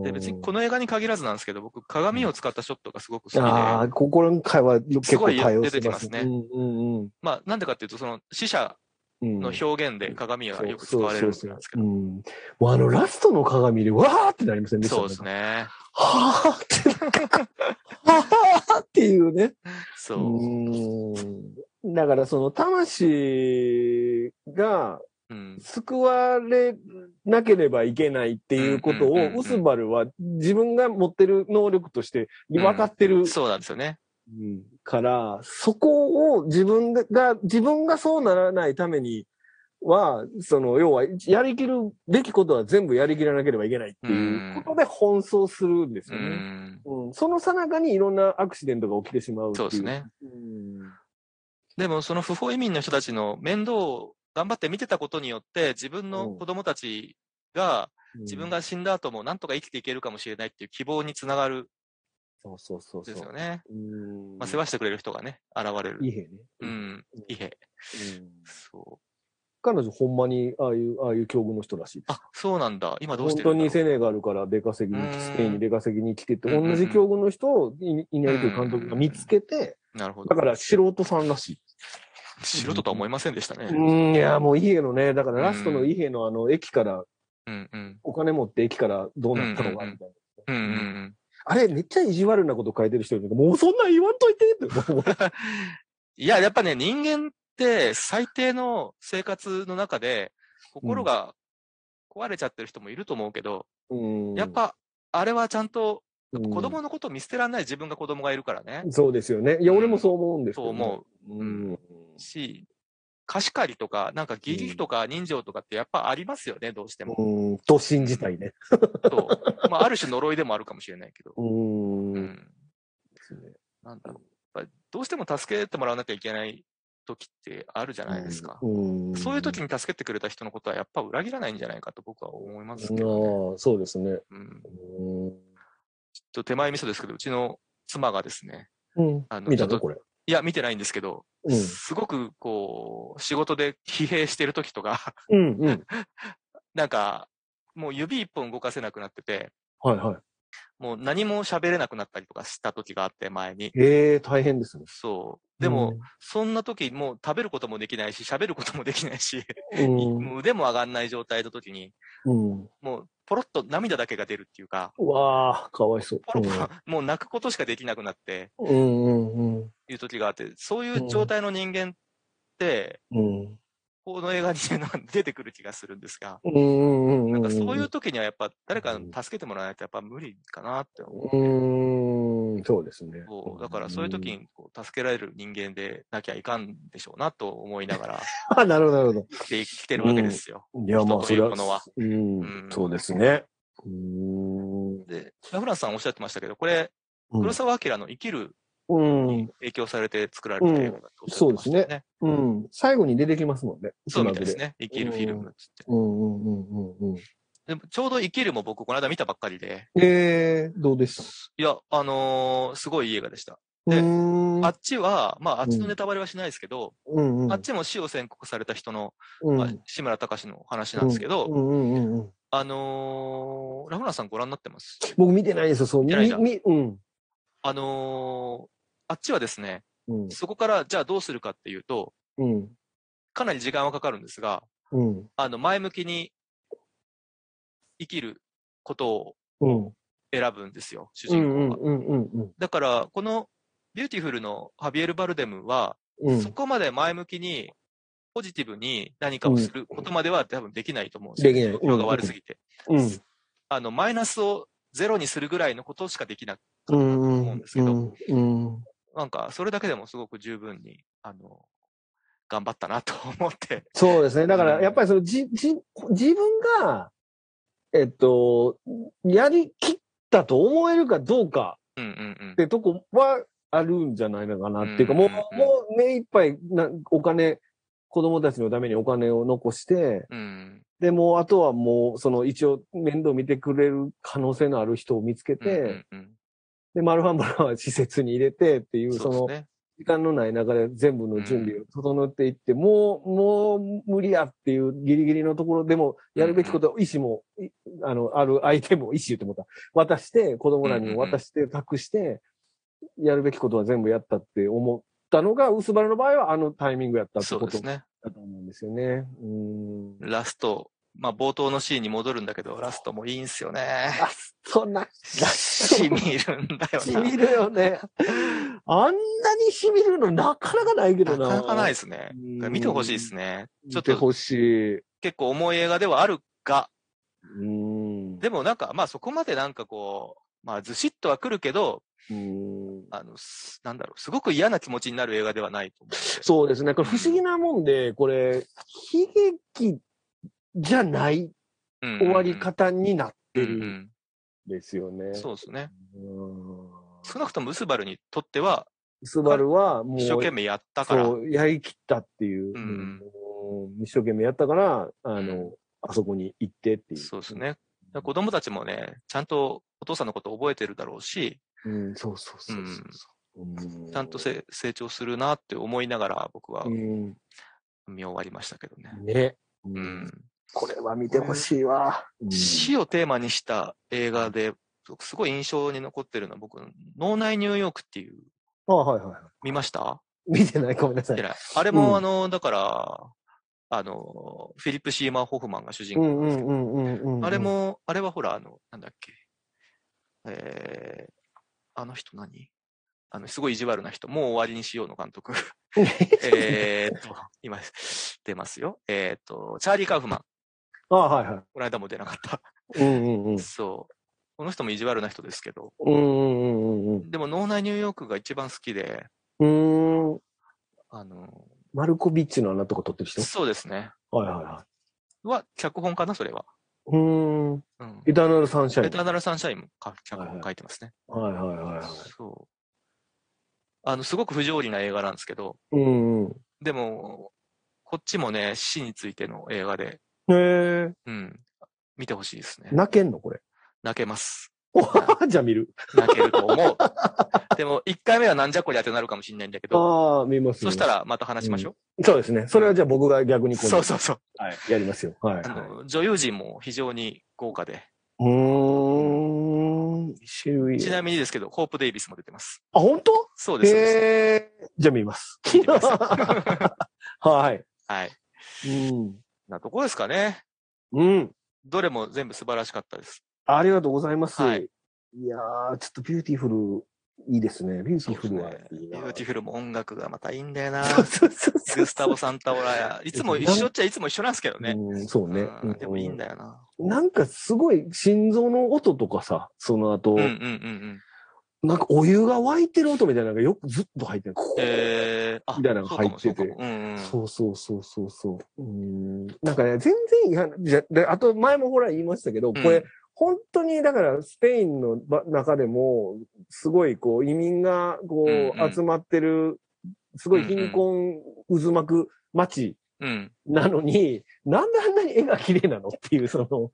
S2: ん。
S1: で別にこの映画に限らずなんですけど、僕、鏡を使ったショットがすごく好きで、
S2: ああ、心の会話結構対応してます
S1: すごい
S2: ね。
S1: 出てきますね
S2: うんうんうん
S1: まあ、なんでかっていうと、その死者
S2: うん。
S1: の表現で鏡がよく使われるんですけど、
S2: そうそうそううん。もうあのラストの鏡で、わーってなりませんでした
S1: そうです。ね。
S2: はーって、はーっていうね。
S1: そうう。
S2: ん。だからその魂が
S1: うん。
S2: 救われなければいけないっていうこと
S1: うんうんうんう
S2: を、
S1: ん
S2: ウスバルは自分が持ってる能力として分かってる
S1: そうなんですよね。
S2: うんから、そこを自分が、自分がそうならないためには、その、要は、やりきるべきことは全部やりきらなければいけないっていうことで奔走するんです
S1: う
S2: よね。
S1: ん。
S2: うん、そのさなかにいろんなアクシデントが起きてしまうってい
S1: そう
S2: う。
S1: ですね。
S2: うん。
S1: でも、その不法移民の人たちの面倒を頑張って見てたことによって、自分の子供たちが、自分
S2: が。
S1: が死んだ後もなんとか生きていけるかもしれないっていう希望につながる
S2: そうそうそうんそ
S1: で
S2: う。
S1: すよね。
S2: うん。
S1: まあ、世話してくれる人がね、現れる
S2: い。いへね。
S1: うん。いいへ。
S2: うん。
S1: そう。
S2: 彼女ほんまに、ああいう、ああいう境遇の人らしいです。
S1: あ、そうなんだ。今どうし
S2: 本
S1: て
S2: 当
S1: るんだろ
S2: に
S1: う
S2: セネガルから出稼ぎに来
S1: う
S2: て、
S1: ん
S2: スペインに出稼ぎに来てて、
S1: うんうんうん
S2: 同じ境遇の人をイイニャリという監督が見つけて、
S1: なるほ
S2: だ
S1: ど。
S2: から素人さんらしい。
S1: 素人とは思いませんでしたね。
S2: うん、いや、もうイヘのね、だからラストのイヘのあの、駅から、
S1: うんうん。
S2: お金持って駅からどうなったのかみたいな。
S1: うんうんうん。
S2: あれ、めっちゃ意地悪なこと書いてる人いるけどもうそんなん言わんといてって思う。
S1: いや、やっぱね、人間って最低の生活の中で心が壊れちゃってる人もいると思うけど、
S2: うん
S1: やっ、ぱあれはちゃんと
S2: うん
S1: 子供のことを見捨てられない自分が子供がいるからね。
S2: そうですよね。いや、俺もそう思うんですけ
S1: そう
S2: ど、
S1: 思う。
S2: う。うん。
S1: し、貸し借りとか、なんか義理とか人情とかってやっぱありますよね、どうしても。
S2: うん、と信じたいね。
S1: そう。まあ、ある種呪いでもあるかもしれないけど。
S2: うん。
S1: うん。なんだろう。やっぱりどうしても助けてもらわなきゃいけない時ってあるじゃないですか。
S2: うん。
S1: そういう時に助けてくれた人のことはやっぱ裏切らないんじゃないかと僕は思いますけど、ね。
S2: ああ、そうですね。
S1: うん。ちょ
S2: うん。
S1: っと手前味噌ですけど、うちの妻がですね、
S2: うん
S1: あの
S2: 見た
S1: ちょ
S2: の
S1: っと
S2: これ。
S1: いや、見てないんですけど、
S2: うん。
S1: すごくこう、仕事で疲弊してる時とか、
S2: うん。うん。
S1: なんか、もう指一本動かせなくなってて、
S2: はいは
S1: もう何も喋れなくなったりとかした時があって、前に。
S2: い。ええ、大変ですね。
S1: そう。でも、、そんな時、もう食べることもできないし、喋ることもできないし、
S2: うん。
S1: もう腕も上がんない状態の時に、
S2: うん。
S1: もうポロッと涙だけが出るっていうか、
S2: うわあ、かわいそう。
S1: ポロポロ、もう泣くことし かできなくなって、
S2: うんうんうん。
S1: いう時があって、そういう状態の人間って、
S2: うん。
S1: この映画に出てくる気がするんですが、
S2: うんうんうん。
S1: なんかそういう時にはやっぱ誰かに助けてもらわないとやっぱ無理かなって思
S2: うーん、そうですね。
S1: う。だからそういう時。にこう助けられる人間でなきゃいかんでしょうなと思いながら
S2: あ、なるほど、なるほ
S1: 生きてきてるわけですよ。
S2: ど。いや、まあ、
S1: 人
S2: そ
S1: とい
S2: れ
S1: うもの
S2: は
S1: は、
S2: うん、
S1: うん
S2: そうですね。うーん。
S1: で、フランスさんおっしゃってましたけど、これ、
S2: うん
S1: 黒澤明の生きる
S2: うん。
S1: 影響されて作られた映画だとおっしゃってましたよね。
S2: うん。最後に出てきますもんね。
S1: そうみたい
S2: 字
S1: です。
S2: 幕
S1: ね。生きるフィルムっつって。
S2: うんうんうんうんうん。
S1: でもちょうど生きるも僕この間見たばっかりで、
S2: えー、どうでした
S1: いや、あのーすごいいい映画でした。
S2: う
S1: で
S2: ーん
S1: あっちは、まああっちのネタバレはしないですけど、
S2: うんうん
S1: あっちも死を宣告された人の、
S2: うん
S1: まあ、志村隆の話なんですけど、
S2: うんうんうんうん。
S1: あのーラフランさんご覧になってます。
S2: 僕見てないんですよ、そう。
S1: 見
S2: み
S1: てないんだ、
S2: み、うん。
S1: あのーあっちはですね、
S2: うん。
S1: そこからじゃあどうするかっていうと、
S2: うん。
S1: かなり時間はかかるんですが、
S2: うん。
S1: あの、前向きに生きることを
S2: うん。
S1: 選ぶんですよ、主
S2: う
S1: 人公
S2: ん
S1: が。
S2: うんうんうん
S1: だから、このビューティフルのハビエル・バルデムは、
S2: うん。
S1: そこまで前向きに、ポジティブに何かをすることまでは多分できないと思うんですよ。
S2: できない
S1: 状況が悪すぎて。
S2: うん。
S1: あの、マイナスをゼロにするぐらいのことしかできなく
S2: うんうん
S1: 思うんですけど
S2: うんうん
S1: なんか、それだけでもすごく十分に、あの、頑張ったなと思って。
S2: そうですね。だか
S1: う
S2: ら、
S1: ん
S2: やっぱりその、じ、じ、自分が、えっと、やりきったと思えるかどうか
S1: うんうん
S2: っ
S1: うん。
S2: てとこはあるんじゃないのかなっていうか、
S1: うんうん
S2: も
S1: う
S2: う、
S1: ん
S2: もう目いっぱいな、お金、子供たちのためにお金を残して、
S1: うん。
S2: で、もう、あとはもう、その、一応、面倒見てくれる可能性のある人を見つけて、
S1: うんうんうん
S2: で、マルハンブラは施設に入れてっていう、そ
S1: そう
S2: の、
S1: ですね。
S2: 時間のない中で全部の準備を整っていって、もう、もう無理やっていうギリギリのところでも、やるべきことは、意思も、いあの、ある相手も意思言ってもらった。渡して、子供らにも渡して、託して、やるべきことは全部やったって思ったのが、薄原の場合はあのタイミングやったって
S1: そう
S2: こ
S1: で
S2: と
S1: す
S2: だ
S1: ね。
S2: と思うんですよね。うーん。
S1: ラスト、まあ冒頭のシーンに戻るんだけど、ラストもいいんすよね。
S2: あ、そんな、
S1: しみるんだよ
S2: しみるよね。あんなにしみるのなかなかないけ
S1: な。
S2: どな。
S1: なかなかない
S2: い。
S1: ですね。
S2: うん
S1: 見てほしいですね。ちょ
S2: 見
S1: ってと
S2: ほしい。う
S1: 結構重い映画ではあるが、
S2: ーん。
S1: でもなんか、まあそこまでなんかこう、まあずしっとは来るけど、
S2: うーん
S1: あの、すなんだろう、すごく嫌な気持ちになる映画ではないと思。
S2: そうですね。これ不思議なもんで、これ、悲劇じゃないう
S1: うんうんうん
S2: 終わり方になって
S1: うん
S2: る
S1: うんん
S2: ですよね。
S1: そうですね。
S2: うん。
S1: 少なくともウスバルにとっては、
S2: スバルはもう、
S1: 一生懸命やったから。
S2: そう、やりきったっていう、
S1: うん
S2: うん一生懸命やったから、
S1: う
S2: あの、
S1: ん
S2: あそこに行ってっていう。
S1: そうですね。子供たちもね、ちゃんとお父さんのこと覚えてるだろうし、
S2: うん、そうそうそうそうそう、う
S1: ちゃんとせ成長するなって思いながら僕は
S2: うん
S1: 見終わりましたけどね。
S2: ね。
S1: う
S2: うん。
S1: ん。
S2: これは見てほしいわ。
S1: 死をテーマにした映画で、すごい印象に残ってるのは僕、脳内ニューヨークっていう、
S2: あはいはいは
S1: 見ました
S2: い。見てない、ごめんなさ
S1: 見て
S2: い。
S1: ないあれも、
S2: うん
S1: あの、だから、あの、フィリップ・シーマー・ホフマンが主人
S2: う
S1: 公なん
S2: んう
S1: ですけど、
S2: んうんうんうんうん。
S1: あれ。も、あれはほら、あの、なんだっけ。えー、あの人何あの、すごい意地悪な人、もう終わりにしようの監 督。えーっと、今、出ますよ。えーっと、チャーリー・カーフマン。
S2: あはいは
S1: この間も出なかった。
S2: い。うんうんうん。
S1: そう。この人も意地悪な人ですけど。
S2: うんうんうんうん
S1: でも、脳内ニューヨークが一番好きで、
S2: うん。うーん。
S1: あの、
S2: マルコビッチのあんなとこ撮ってる人
S1: そうですね。
S2: はいはいは
S1: は、脚本かな、それは。
S2: い。うーん。
S1: うん。
S2: エターナルサンシャイ
S1: エタ
S2: ン。
S1: ーナル・サンシャインもか脚本書いてますね。
S2: はいはいはいはい。
S1: そう。あの、すごく不条理な映画なんですけど、
S2: うんうん。
S1: でも、こっちもね、死についての映画で、
S2: へえ。
S1: うん、見てほしいですね。
S2: 泣けんのこれ。
S1: 泣けます。
S2: おは じゃあ見る。
S1: 泣けると思 う。でも、1回目はなんじゃこりゃってなるかもしれないんだけど、
S2: ああ、見ます。
S1: そした
S2: ら。
S1: らまた話しましょ
S2: そうですね。それはじゃあ僕が逆
S1: う。
S2: に今度
S1: そうそうそう。
S2: はいやりますよ。はい
S1: あ。の、女優陣も非常に豪華で、
S2: うーん。種類。
S1: ちなみにですけど、ホープ・デイビスも出てます。
S2: あ、本当
S1: そうです、そうです。
S2: へえ。じゃあ見ます。
S1: 見てくださ
S2: はい。
S1: はい。
S2: うん。
S1: なとこですかね。
S2: うん。
S1: どれも全部素晴らしかったです。
S2: ありがとうございます。
S1: はい
S2: い、やー、ちょっとビューティフル、いいですね。ビューティフルはいい
S1: ビ
S2: な。
S1: ューティフルも音楽がまたいいんだよな。
S2: そうそうそうそう。
S1: グスタボ・サンタオラや。いつも一緒っちゃいつも一緒なんですけどね。
S2: うん、そうね、
S1: うんでもいいんだよな。
S2: うんなんかすごい心臓の音とかさ、その
S1: う
S2: 後、
S1: んうんうんうん。
S2: なんかお湯が沸いてる音みたいなのがよくずっと入ってる。こう
S1: えー、あ
S2: みたいなのが入ってて
S1: そうかもそうかもうんうん。
S2: そうそうそうそうそう。うん。なんかね、全然違反じゃ、であと前もほら言いましたけど、これ、
S1: うん
S2: 本当にだからスペインのば中でも、すごいこう移民がこ
S1: うんうん
S2: う集まってる、すごい貧困渦巻く町
S1: うん。
S2: なのに、なんであんなに絵が綺麗なのっていう、その、ほ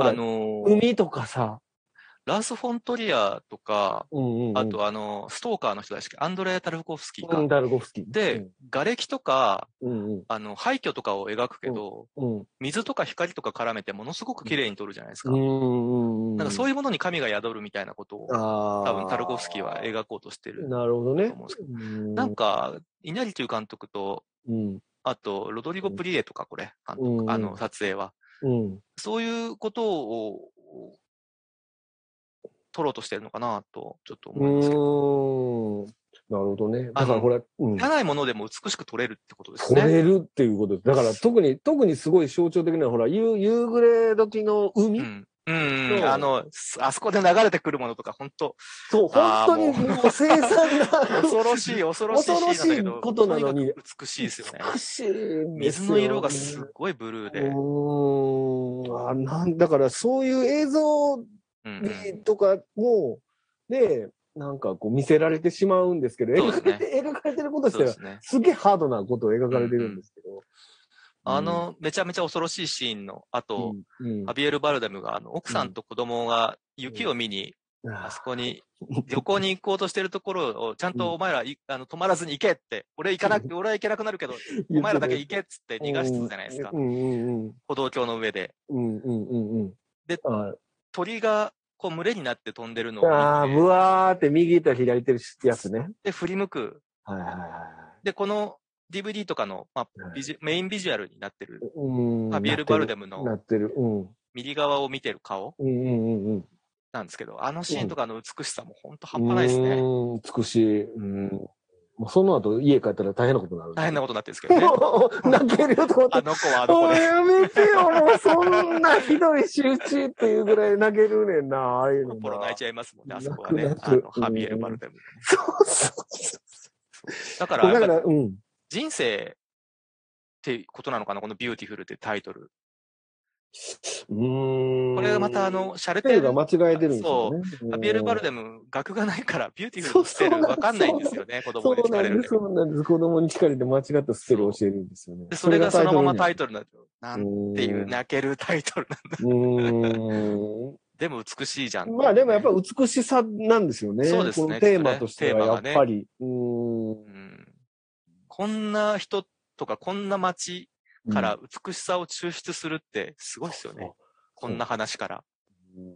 S1: あ
S2: ら、
S1: のー、
S2: 海とかさ、
S1: ラース・フォントリアとか、
S2: うんうんうん、
S1: あとあのー、ストーカーの人だし、アンドレア・タルフコフスキー
S2: うん、
S1: か。
S2: ダルゴフスキー。
S1: で、瓦礫とか、
S2: うん、うん
S1: あの、廃墟とかを描くけど、
S2: うん、
S1: 水とか光とか絡めてものすごく綺麗に撮るじゃないです
S2: う
S1: か。
S2: ん。
S1: なんかそう
S2: い
S1: いうものに神が宿るみたいなことを
S2: うん、、あー
S1: 多分タルコフスキーは描こうとしてる。
S2: なるほどね
S1: と思うんです。
S2: うん
S1: なんか、稲荷という監督と、
S2: うん、
S1: あと、ロドリゴ・プリエとか、これ、監督
S2: うん
S1: あの、撮影は。
S2: うん。
S1: そういうことを、撮ろうとしてるのかなと、ちょっと
S2: う
S1: 思いますけど。
S2: ーん。なるほどね。
S1: あの
S2: だからこれ、うん、
S1: いらないものでも美しく撮れるってことです
S2: 取
S1: ね。
S2: れるっていうことです。だから特に、特にすごい象徴的なのは、ほら、夕夕暮れ時の海、
S1: うん。うんうん、
S2: そう
S1: あの、すあそこで流れてくるものとか、本当
S2: そう、
S1: あ
S2: 本
S1: ー
S2: 当に
S1: もう
S2: もう生産な
S1: 恐ろ しい、恐ろしいシーンなんだけど、
S2: 恐ろしいことなのに
S1: とかく美しいですよね。
S2: 美しいですよね
S1: 水の色がすっごいブルーで。うん
S2: うーんあなんだからそういう映像
S1: うん、
S2: とかも、で、なんかこう見せられてしまうんですけど、
S1: そうですね
S2: 描かれて描かれてることし
S1: そう
S2: て
S1: で
S2: は、
S1: すね。
S2: すげえハードなことを描かれてるんですけど。
S1: あの、めちゃめちゃ恐ろしいシーンの後、
S2: うん、うん
S1: アビエル・バルダムが、あの、奥さんと子供が雪を見に、あそこに、旅行に行こうとしてるところを、ちゃんとお前らい、あの、止まらずに行けって、俺行かなく、俺は行けなくなるけど、お前らだけ行けっつって逃がしてたじゃないですか
S2: う。んうん
S1: 歩道橋の上で。
S2: うんうんうんうんうん。
S1: で
S2: あ
S1: 鳥が、こう群れになって飛んでるの
S2: あ
S1: を
S2: ー、
S1: 見
S2: ぶ
S1: て、
S2: わーって右と左ってるやつね。
S1: で、振り向く。
S2: はいはいはい。
S1: で、この DVD とかの、まあ、
S2: はい
S1: ビジュメインビジュアルになってる、
S2: うん。
S1: ハビエル・バルダムの
S2: なってる。うん。うん
S1: 右側を見てる顔
S2: うんうんうん。
S1: なんですけど、あのシーンとかの美しさも本当半
S2: う
S1: 端ないですね。
S2: ーん美しい。うん。もうその後家帰ったら大変なことになる。
S1: 大変なことになってるんですけどね。
S2: こと。泣けるよと思っ
S1: あ
S2: て。
S1: の子はあの
S2: も
S1: 子
S2: う
S1: で。
S2: やめてよ、もうそんなひどい集中っていうぐらい泣けるねんな、ああいう
S1: ポ
S2: の
S1: ロポ
S2: な。
S1: ロ泣いちゃいますもんね、あそこはね。
S2: 泣く
S1: あ
S2: 泣く
S1: の、ハビエル・バルダム。
S2: そうそうそう。
S1: だから、
S2: だか
S1: やっ
S2: ら、
S1: ぱ
S2: うん。
S1: 人生ってことなのかな、このビューティフルってタイトル。
S2: うーん。
S1: これがまた、あ、の、シャレ
S2: スペ
S1: て
S2: ル
S1: る
S2: が。間違えてるんですよね。
S1: ハビエル・バル
S2: で
S1: ダム、学がないから、ビューティフルのスペ
S2: そう
S1: ル
S2: そう
S1: わかんないんですよね、子
S2: そ
S1: 供に
S2: う
S1: 聞か
S2: な
S1: れ
S2: ん
S1: る
S2: です、
S1: けど。
S2: そうなんです。子供に聞かれて間違ったスペルを教えるんですよね。
S1: でそれがそのままタイ
S2: ト
S1: トルなんだよな
S2: ル
S1: んていう泣けるタイトルなんだ。
S2: うーん。
S1: でも美しいじゃん。
S2: まあでもやっぱ美しさなんですよね。
S1: そうですね
S2: このテーマとして
S1: きっと
S2: は
S1: ね
S2: やっぱり。うーん
S1: うんこんな人とか、こんな街から美しさを抽出するってすごいですよね。
S2: そうそう
S1: こんな話から。
S2: うん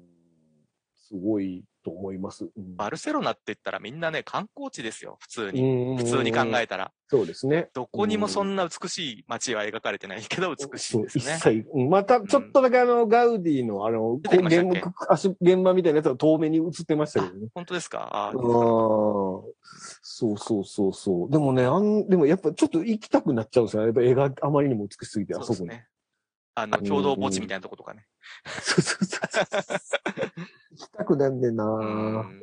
S2: すごいと思います。うん
S1: バルセロナって言ったらみんなね、観光地ですよ、普通に。
S2: 普
S1: 普通に考えたら。
S2: そうですね。
S1: どこにもそんな美しい街は描かれてないけど美しいんです
S2: そう
S1: ね
S2: 一。切うんまた、ちょっとだけあの、ガウディの、あの、こ
S1: 出て
S2: う
S1: きました
S2: 原
S1: っけ
S2: 木あし現場みたいなやつは遠目に映ってましたけどね。
S1: 本当ですかあ
S2: あ
S1: ー
S2: あー、そうそうそうそう。でもね、あん、でもやっぱちょっと行きたくなっちゃうんですよね。やっぱ絵があまりにも美しすぎて、あ
S1: そうで
S2: そこ
S1: す
S2: に。
S1: ね。あの、共同墓地みたいなとことかね。
S2: そうそうそう。行きたくなんねんな
S1: うん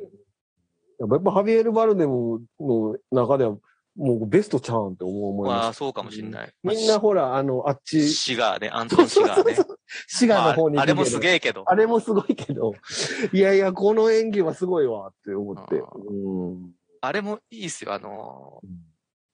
S2: やっぱやっぱハビエル・バルデムの中では、もうベストちゃうんって思う思い
S1: ま
S2: ま
S1: あ、
S2: す。
S1: そうかもしれない。
S2: みんなほら、あの、あっち、
S1: シシガーね、アントンシガーね。
S2: 滋賀の方に
S1: まああれ
S2: 行
S1: も
S2: くけど
S1: すげえけど。
S2: あれもすごいけど、いやいや、この演技はすごいわって思って。
S1: あー
S2: うん
S1: あれもいいっすよ。あの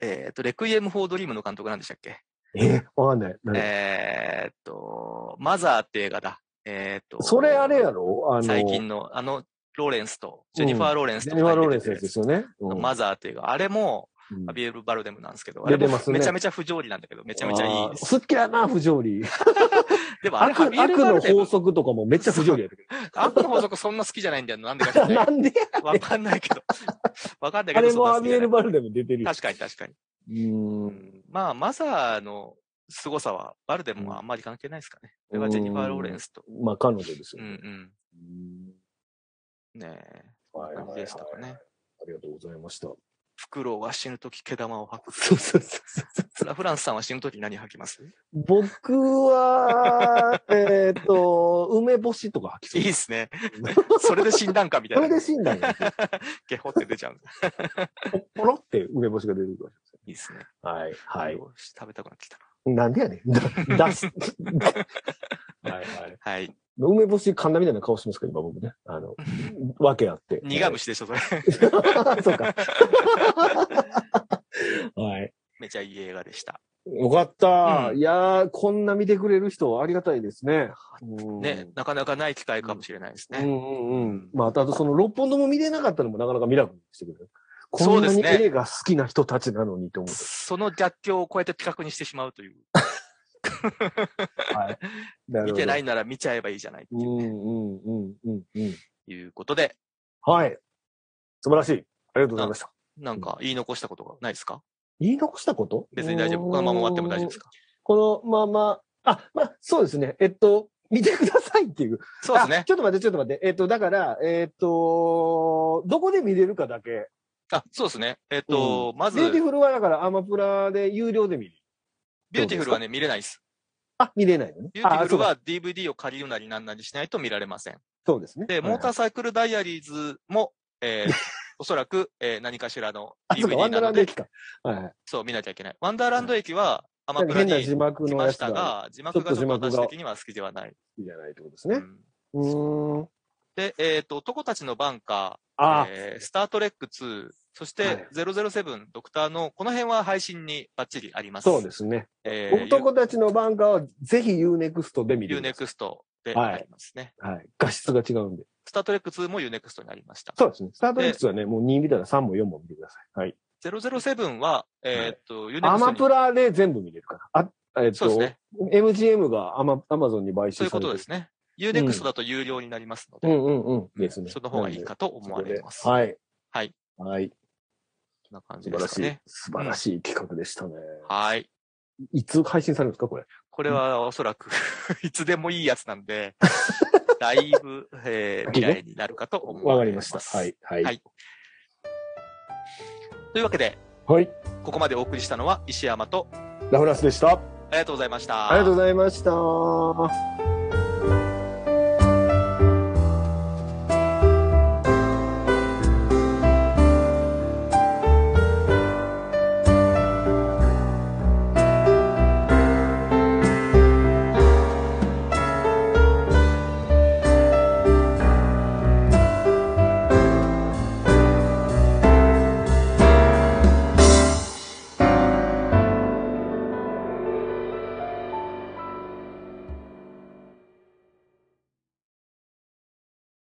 S1: ー、えっと、レクイエム・フォー・ドリームの監督なんでしたっけ
S2: え、わかんない。何
S1: えっと、マザーって映画だ。えっと、
S2: それあれやろあの、
S1: 最近の、あの、ローレンスと、ジェニファー・ローレンス
S2: ジ
S1: と
S2: ェニファー・ローレ
S1: 二
S2: ンス
S1: 人
S2: で
S1: 出てて
S2: すよね。うん
S1: マザーっていうか、あれも、
S2: うん
S1: アビエル・バルデムなんですけど、あ
S2: 出
S1: れ
S2: て
S1: も
S2: ますね
S1: めちゃめちゃ不条理なんだけど、めちゃめちゃいいです。
S2: あー好きだな、不条理。
S1: でもあれ、
S2: 悪、
S1: ハビエ
S2: 悪
S1: ル・バ
S2: の
S1: ルデム
S2: 法、則とかもめっちゃ不条理やったけ
S1: 悪の法則そんな好きじゃないんだよ。なんでか知ら
S2: ど。
S1: ない
S2: なんで
S1: わかんないけど。わかんない
S2: あ
S1: けど、
S2: れ
S1: そん
S2: も
S1: な
S2: ア
S1: 好き
S2: ビ
S1: じゃ
S2: エ
S1: な
S2: ル・
S1: い。
S2: バルデム出てるよ。
S1: 確かに確かに。
S2: うー。
S1: うんんまあ、マザーの凄さは、バルデムはあんまり関係ないですかね。それはジェニファー・ローレンスと。
S2: まあ、彼女です
S1: う
S2: よ
S1: ん
S2: ね。
S1: うん。ねえ。
S2: うんはいはい
S1: 感
S2: は
S1: じ
S2: い
S1: でしたかね。
S2: ありがとうございました。
S1: フクロウは死ぬとき毛玉を吐く。
S2: そうそうそう。
S1: フラフランスさんは死ぬとき何吐きます
S2: 僕は、えっと、梅干しとか吐
S1: い
S2: きそう
S1: い
S2: で。
S1: ですすね。それで死んだんかみたい
S2: そ
S1: な
S2: れ。で死んだんや。
S1: ゲホって出ちゃうんだ。
S2: ポロって梅干しが出てくる
S1: いいですね。
S2: から。はい。はい。
S1: よし食べたくなってきた
S2: なんでやねん。だ、だし。はいは
S1: な。
S2: い。
S1: はい。
S2: 梅干し噛んだみたいな顔してますけど、今僕ね。あの、わけあって。
S1: 苦虫でしょ、それ。
S2: はい。 そうか。はい。
S1: めちゃいい映画でした。
S2: よかった。
S1: うん
S2: いやー、こんな見てくれる人はありがたいですね。うん
S1: ね、なかなかない機会かもしれないです
S2: う
S1: ね。
S2: んうんうん。まあ、あとその六本とも見れなかったのもなかなかミラクルでしたけどね。
S1: そ
S2: こ
S1: うんで
S2: な
S1: すね
S2: に映画好きな人たちなのにと思って。
S1: その逆境をこうやって比較にしてしまうという。
S2: はい。。
S1: 見てないいなら見ちゃえばいいじゃないって
S2: う
S1: い
S2: ん
S1: う,、
S2: う
S1: ね
S2: んうんうんうん。
S1: いうことで、
S2: はい。素晴らしい。ありがとうございました。
S1: なんか言い残したことがないですか
S2: 言い残したこと
S1: 別に大丈夫。このまま終わっても大丈夫です
S2: か
S1: か
S2: このまま、あ、まあ、そうですね。えっと、見てくださいっていう。
S1: そうです
S2: あ
S1: ね。
S2: ちょっと待って、ちょっと待って。えっと、だから、えっと、どこで見れるかだけ。
S1: あ、そうですね。えっ、と、まず、
S2: ビューティ
S1: ビュ
S2: フルはだからアマプラで有料で見る。
S1: ーティフルはね、見れないです。
S2: あ、見れないのね。
S1: ビューティフル
S2: あ、
S1: は DVD を借りるなりなんなりしないと見られません。
S2: そうだそうですね。
S1: で、モーターサイクルダイアリーズも、 えーおそらく、えー何かしらの
S2: あ、そうか、ワ
S1: DVD
S2: ンダ
S1: な
S2: ーラ
S1: の
S2: ンド
S1: で
S2: 駅、か。はいはい。
S1: そう、見なきゃいけない。ワンダーランド駅は、アマ
S2: なん
S1: プ
S2: か
S1: ラ
S2: 変な
S1: に
S2: 字幕
S1: 来
S2: の
S1: ま
S2: や
S1: し
S2: つ
S1: た
S2: が
S1: が、字幕がちょっと
S2: ちょっと字幕
S1: 私
S2: が
S1: 的には好きではない。
S2: いいじゃないってことです
S1: う
S2: ね。
S1: ん
S2: うーん。
S1: で、えっ、と、男たちのバンカー、
S2: あ、
S1: えースタートレック2、そし
S2: は
S1: て
S2: い
S1: 007、ドクターの、この辺は配信にバッチリあります。
S2: そうですね。
S1: えー、
S2: 男たちのバンカーはぜひ UNEXT で見
S1: ユ
S2: る。
S1: ーネクストで
S2: はい
S1: ありますね。
S2: はい。画質が違うんで。
S1: スタートレック2もユーネクストにありました。
S2: そうですね。スタートレックスはね、もう2見たら3も4も見てください。はい。
S1: 007は、えーっと、ユーネ
S2: ア
S1: クスト
S2: マ
S1: に
S2: プラで全部見れるから。あ、えっ
S1: そうです
S2: と、
S1: ね。
S2: MGM がアマアマゾンに買収さ
S1: そういうこ
S2: れ
S1: とで
S2: てる
S1: すね。ユーネクストだと有料になりますの
S2: う
S1: で、
S2: んうんうん。ですね。
S1: その方がいいかと思われます。
S2: なんで。はい。
S1: はい。
S2: はい。
S1: こんな感じ
S2: 素
S1: で
S2: 晴ら
S1: す
S2: し
S1: か
S2: い、
S1: ね。
S2: 素晴らしい企画でしたね。
S1: はい。
S2: いつ配信されるんですか、これ。
S1: これはおそらく、 いつでもいいやつなん で、だいぶ、えー
S2: 先
S1: 未
S2: ね
S1: 来になるかと思います。
S2: わかりました。はい。。はい。
S1: はいというわけで、
S2: はい。
S1: ここまでお送りしたのは石山と、
S2: ラフランスでした。
S1: ありがとうございました。
S2: ありがとうございました。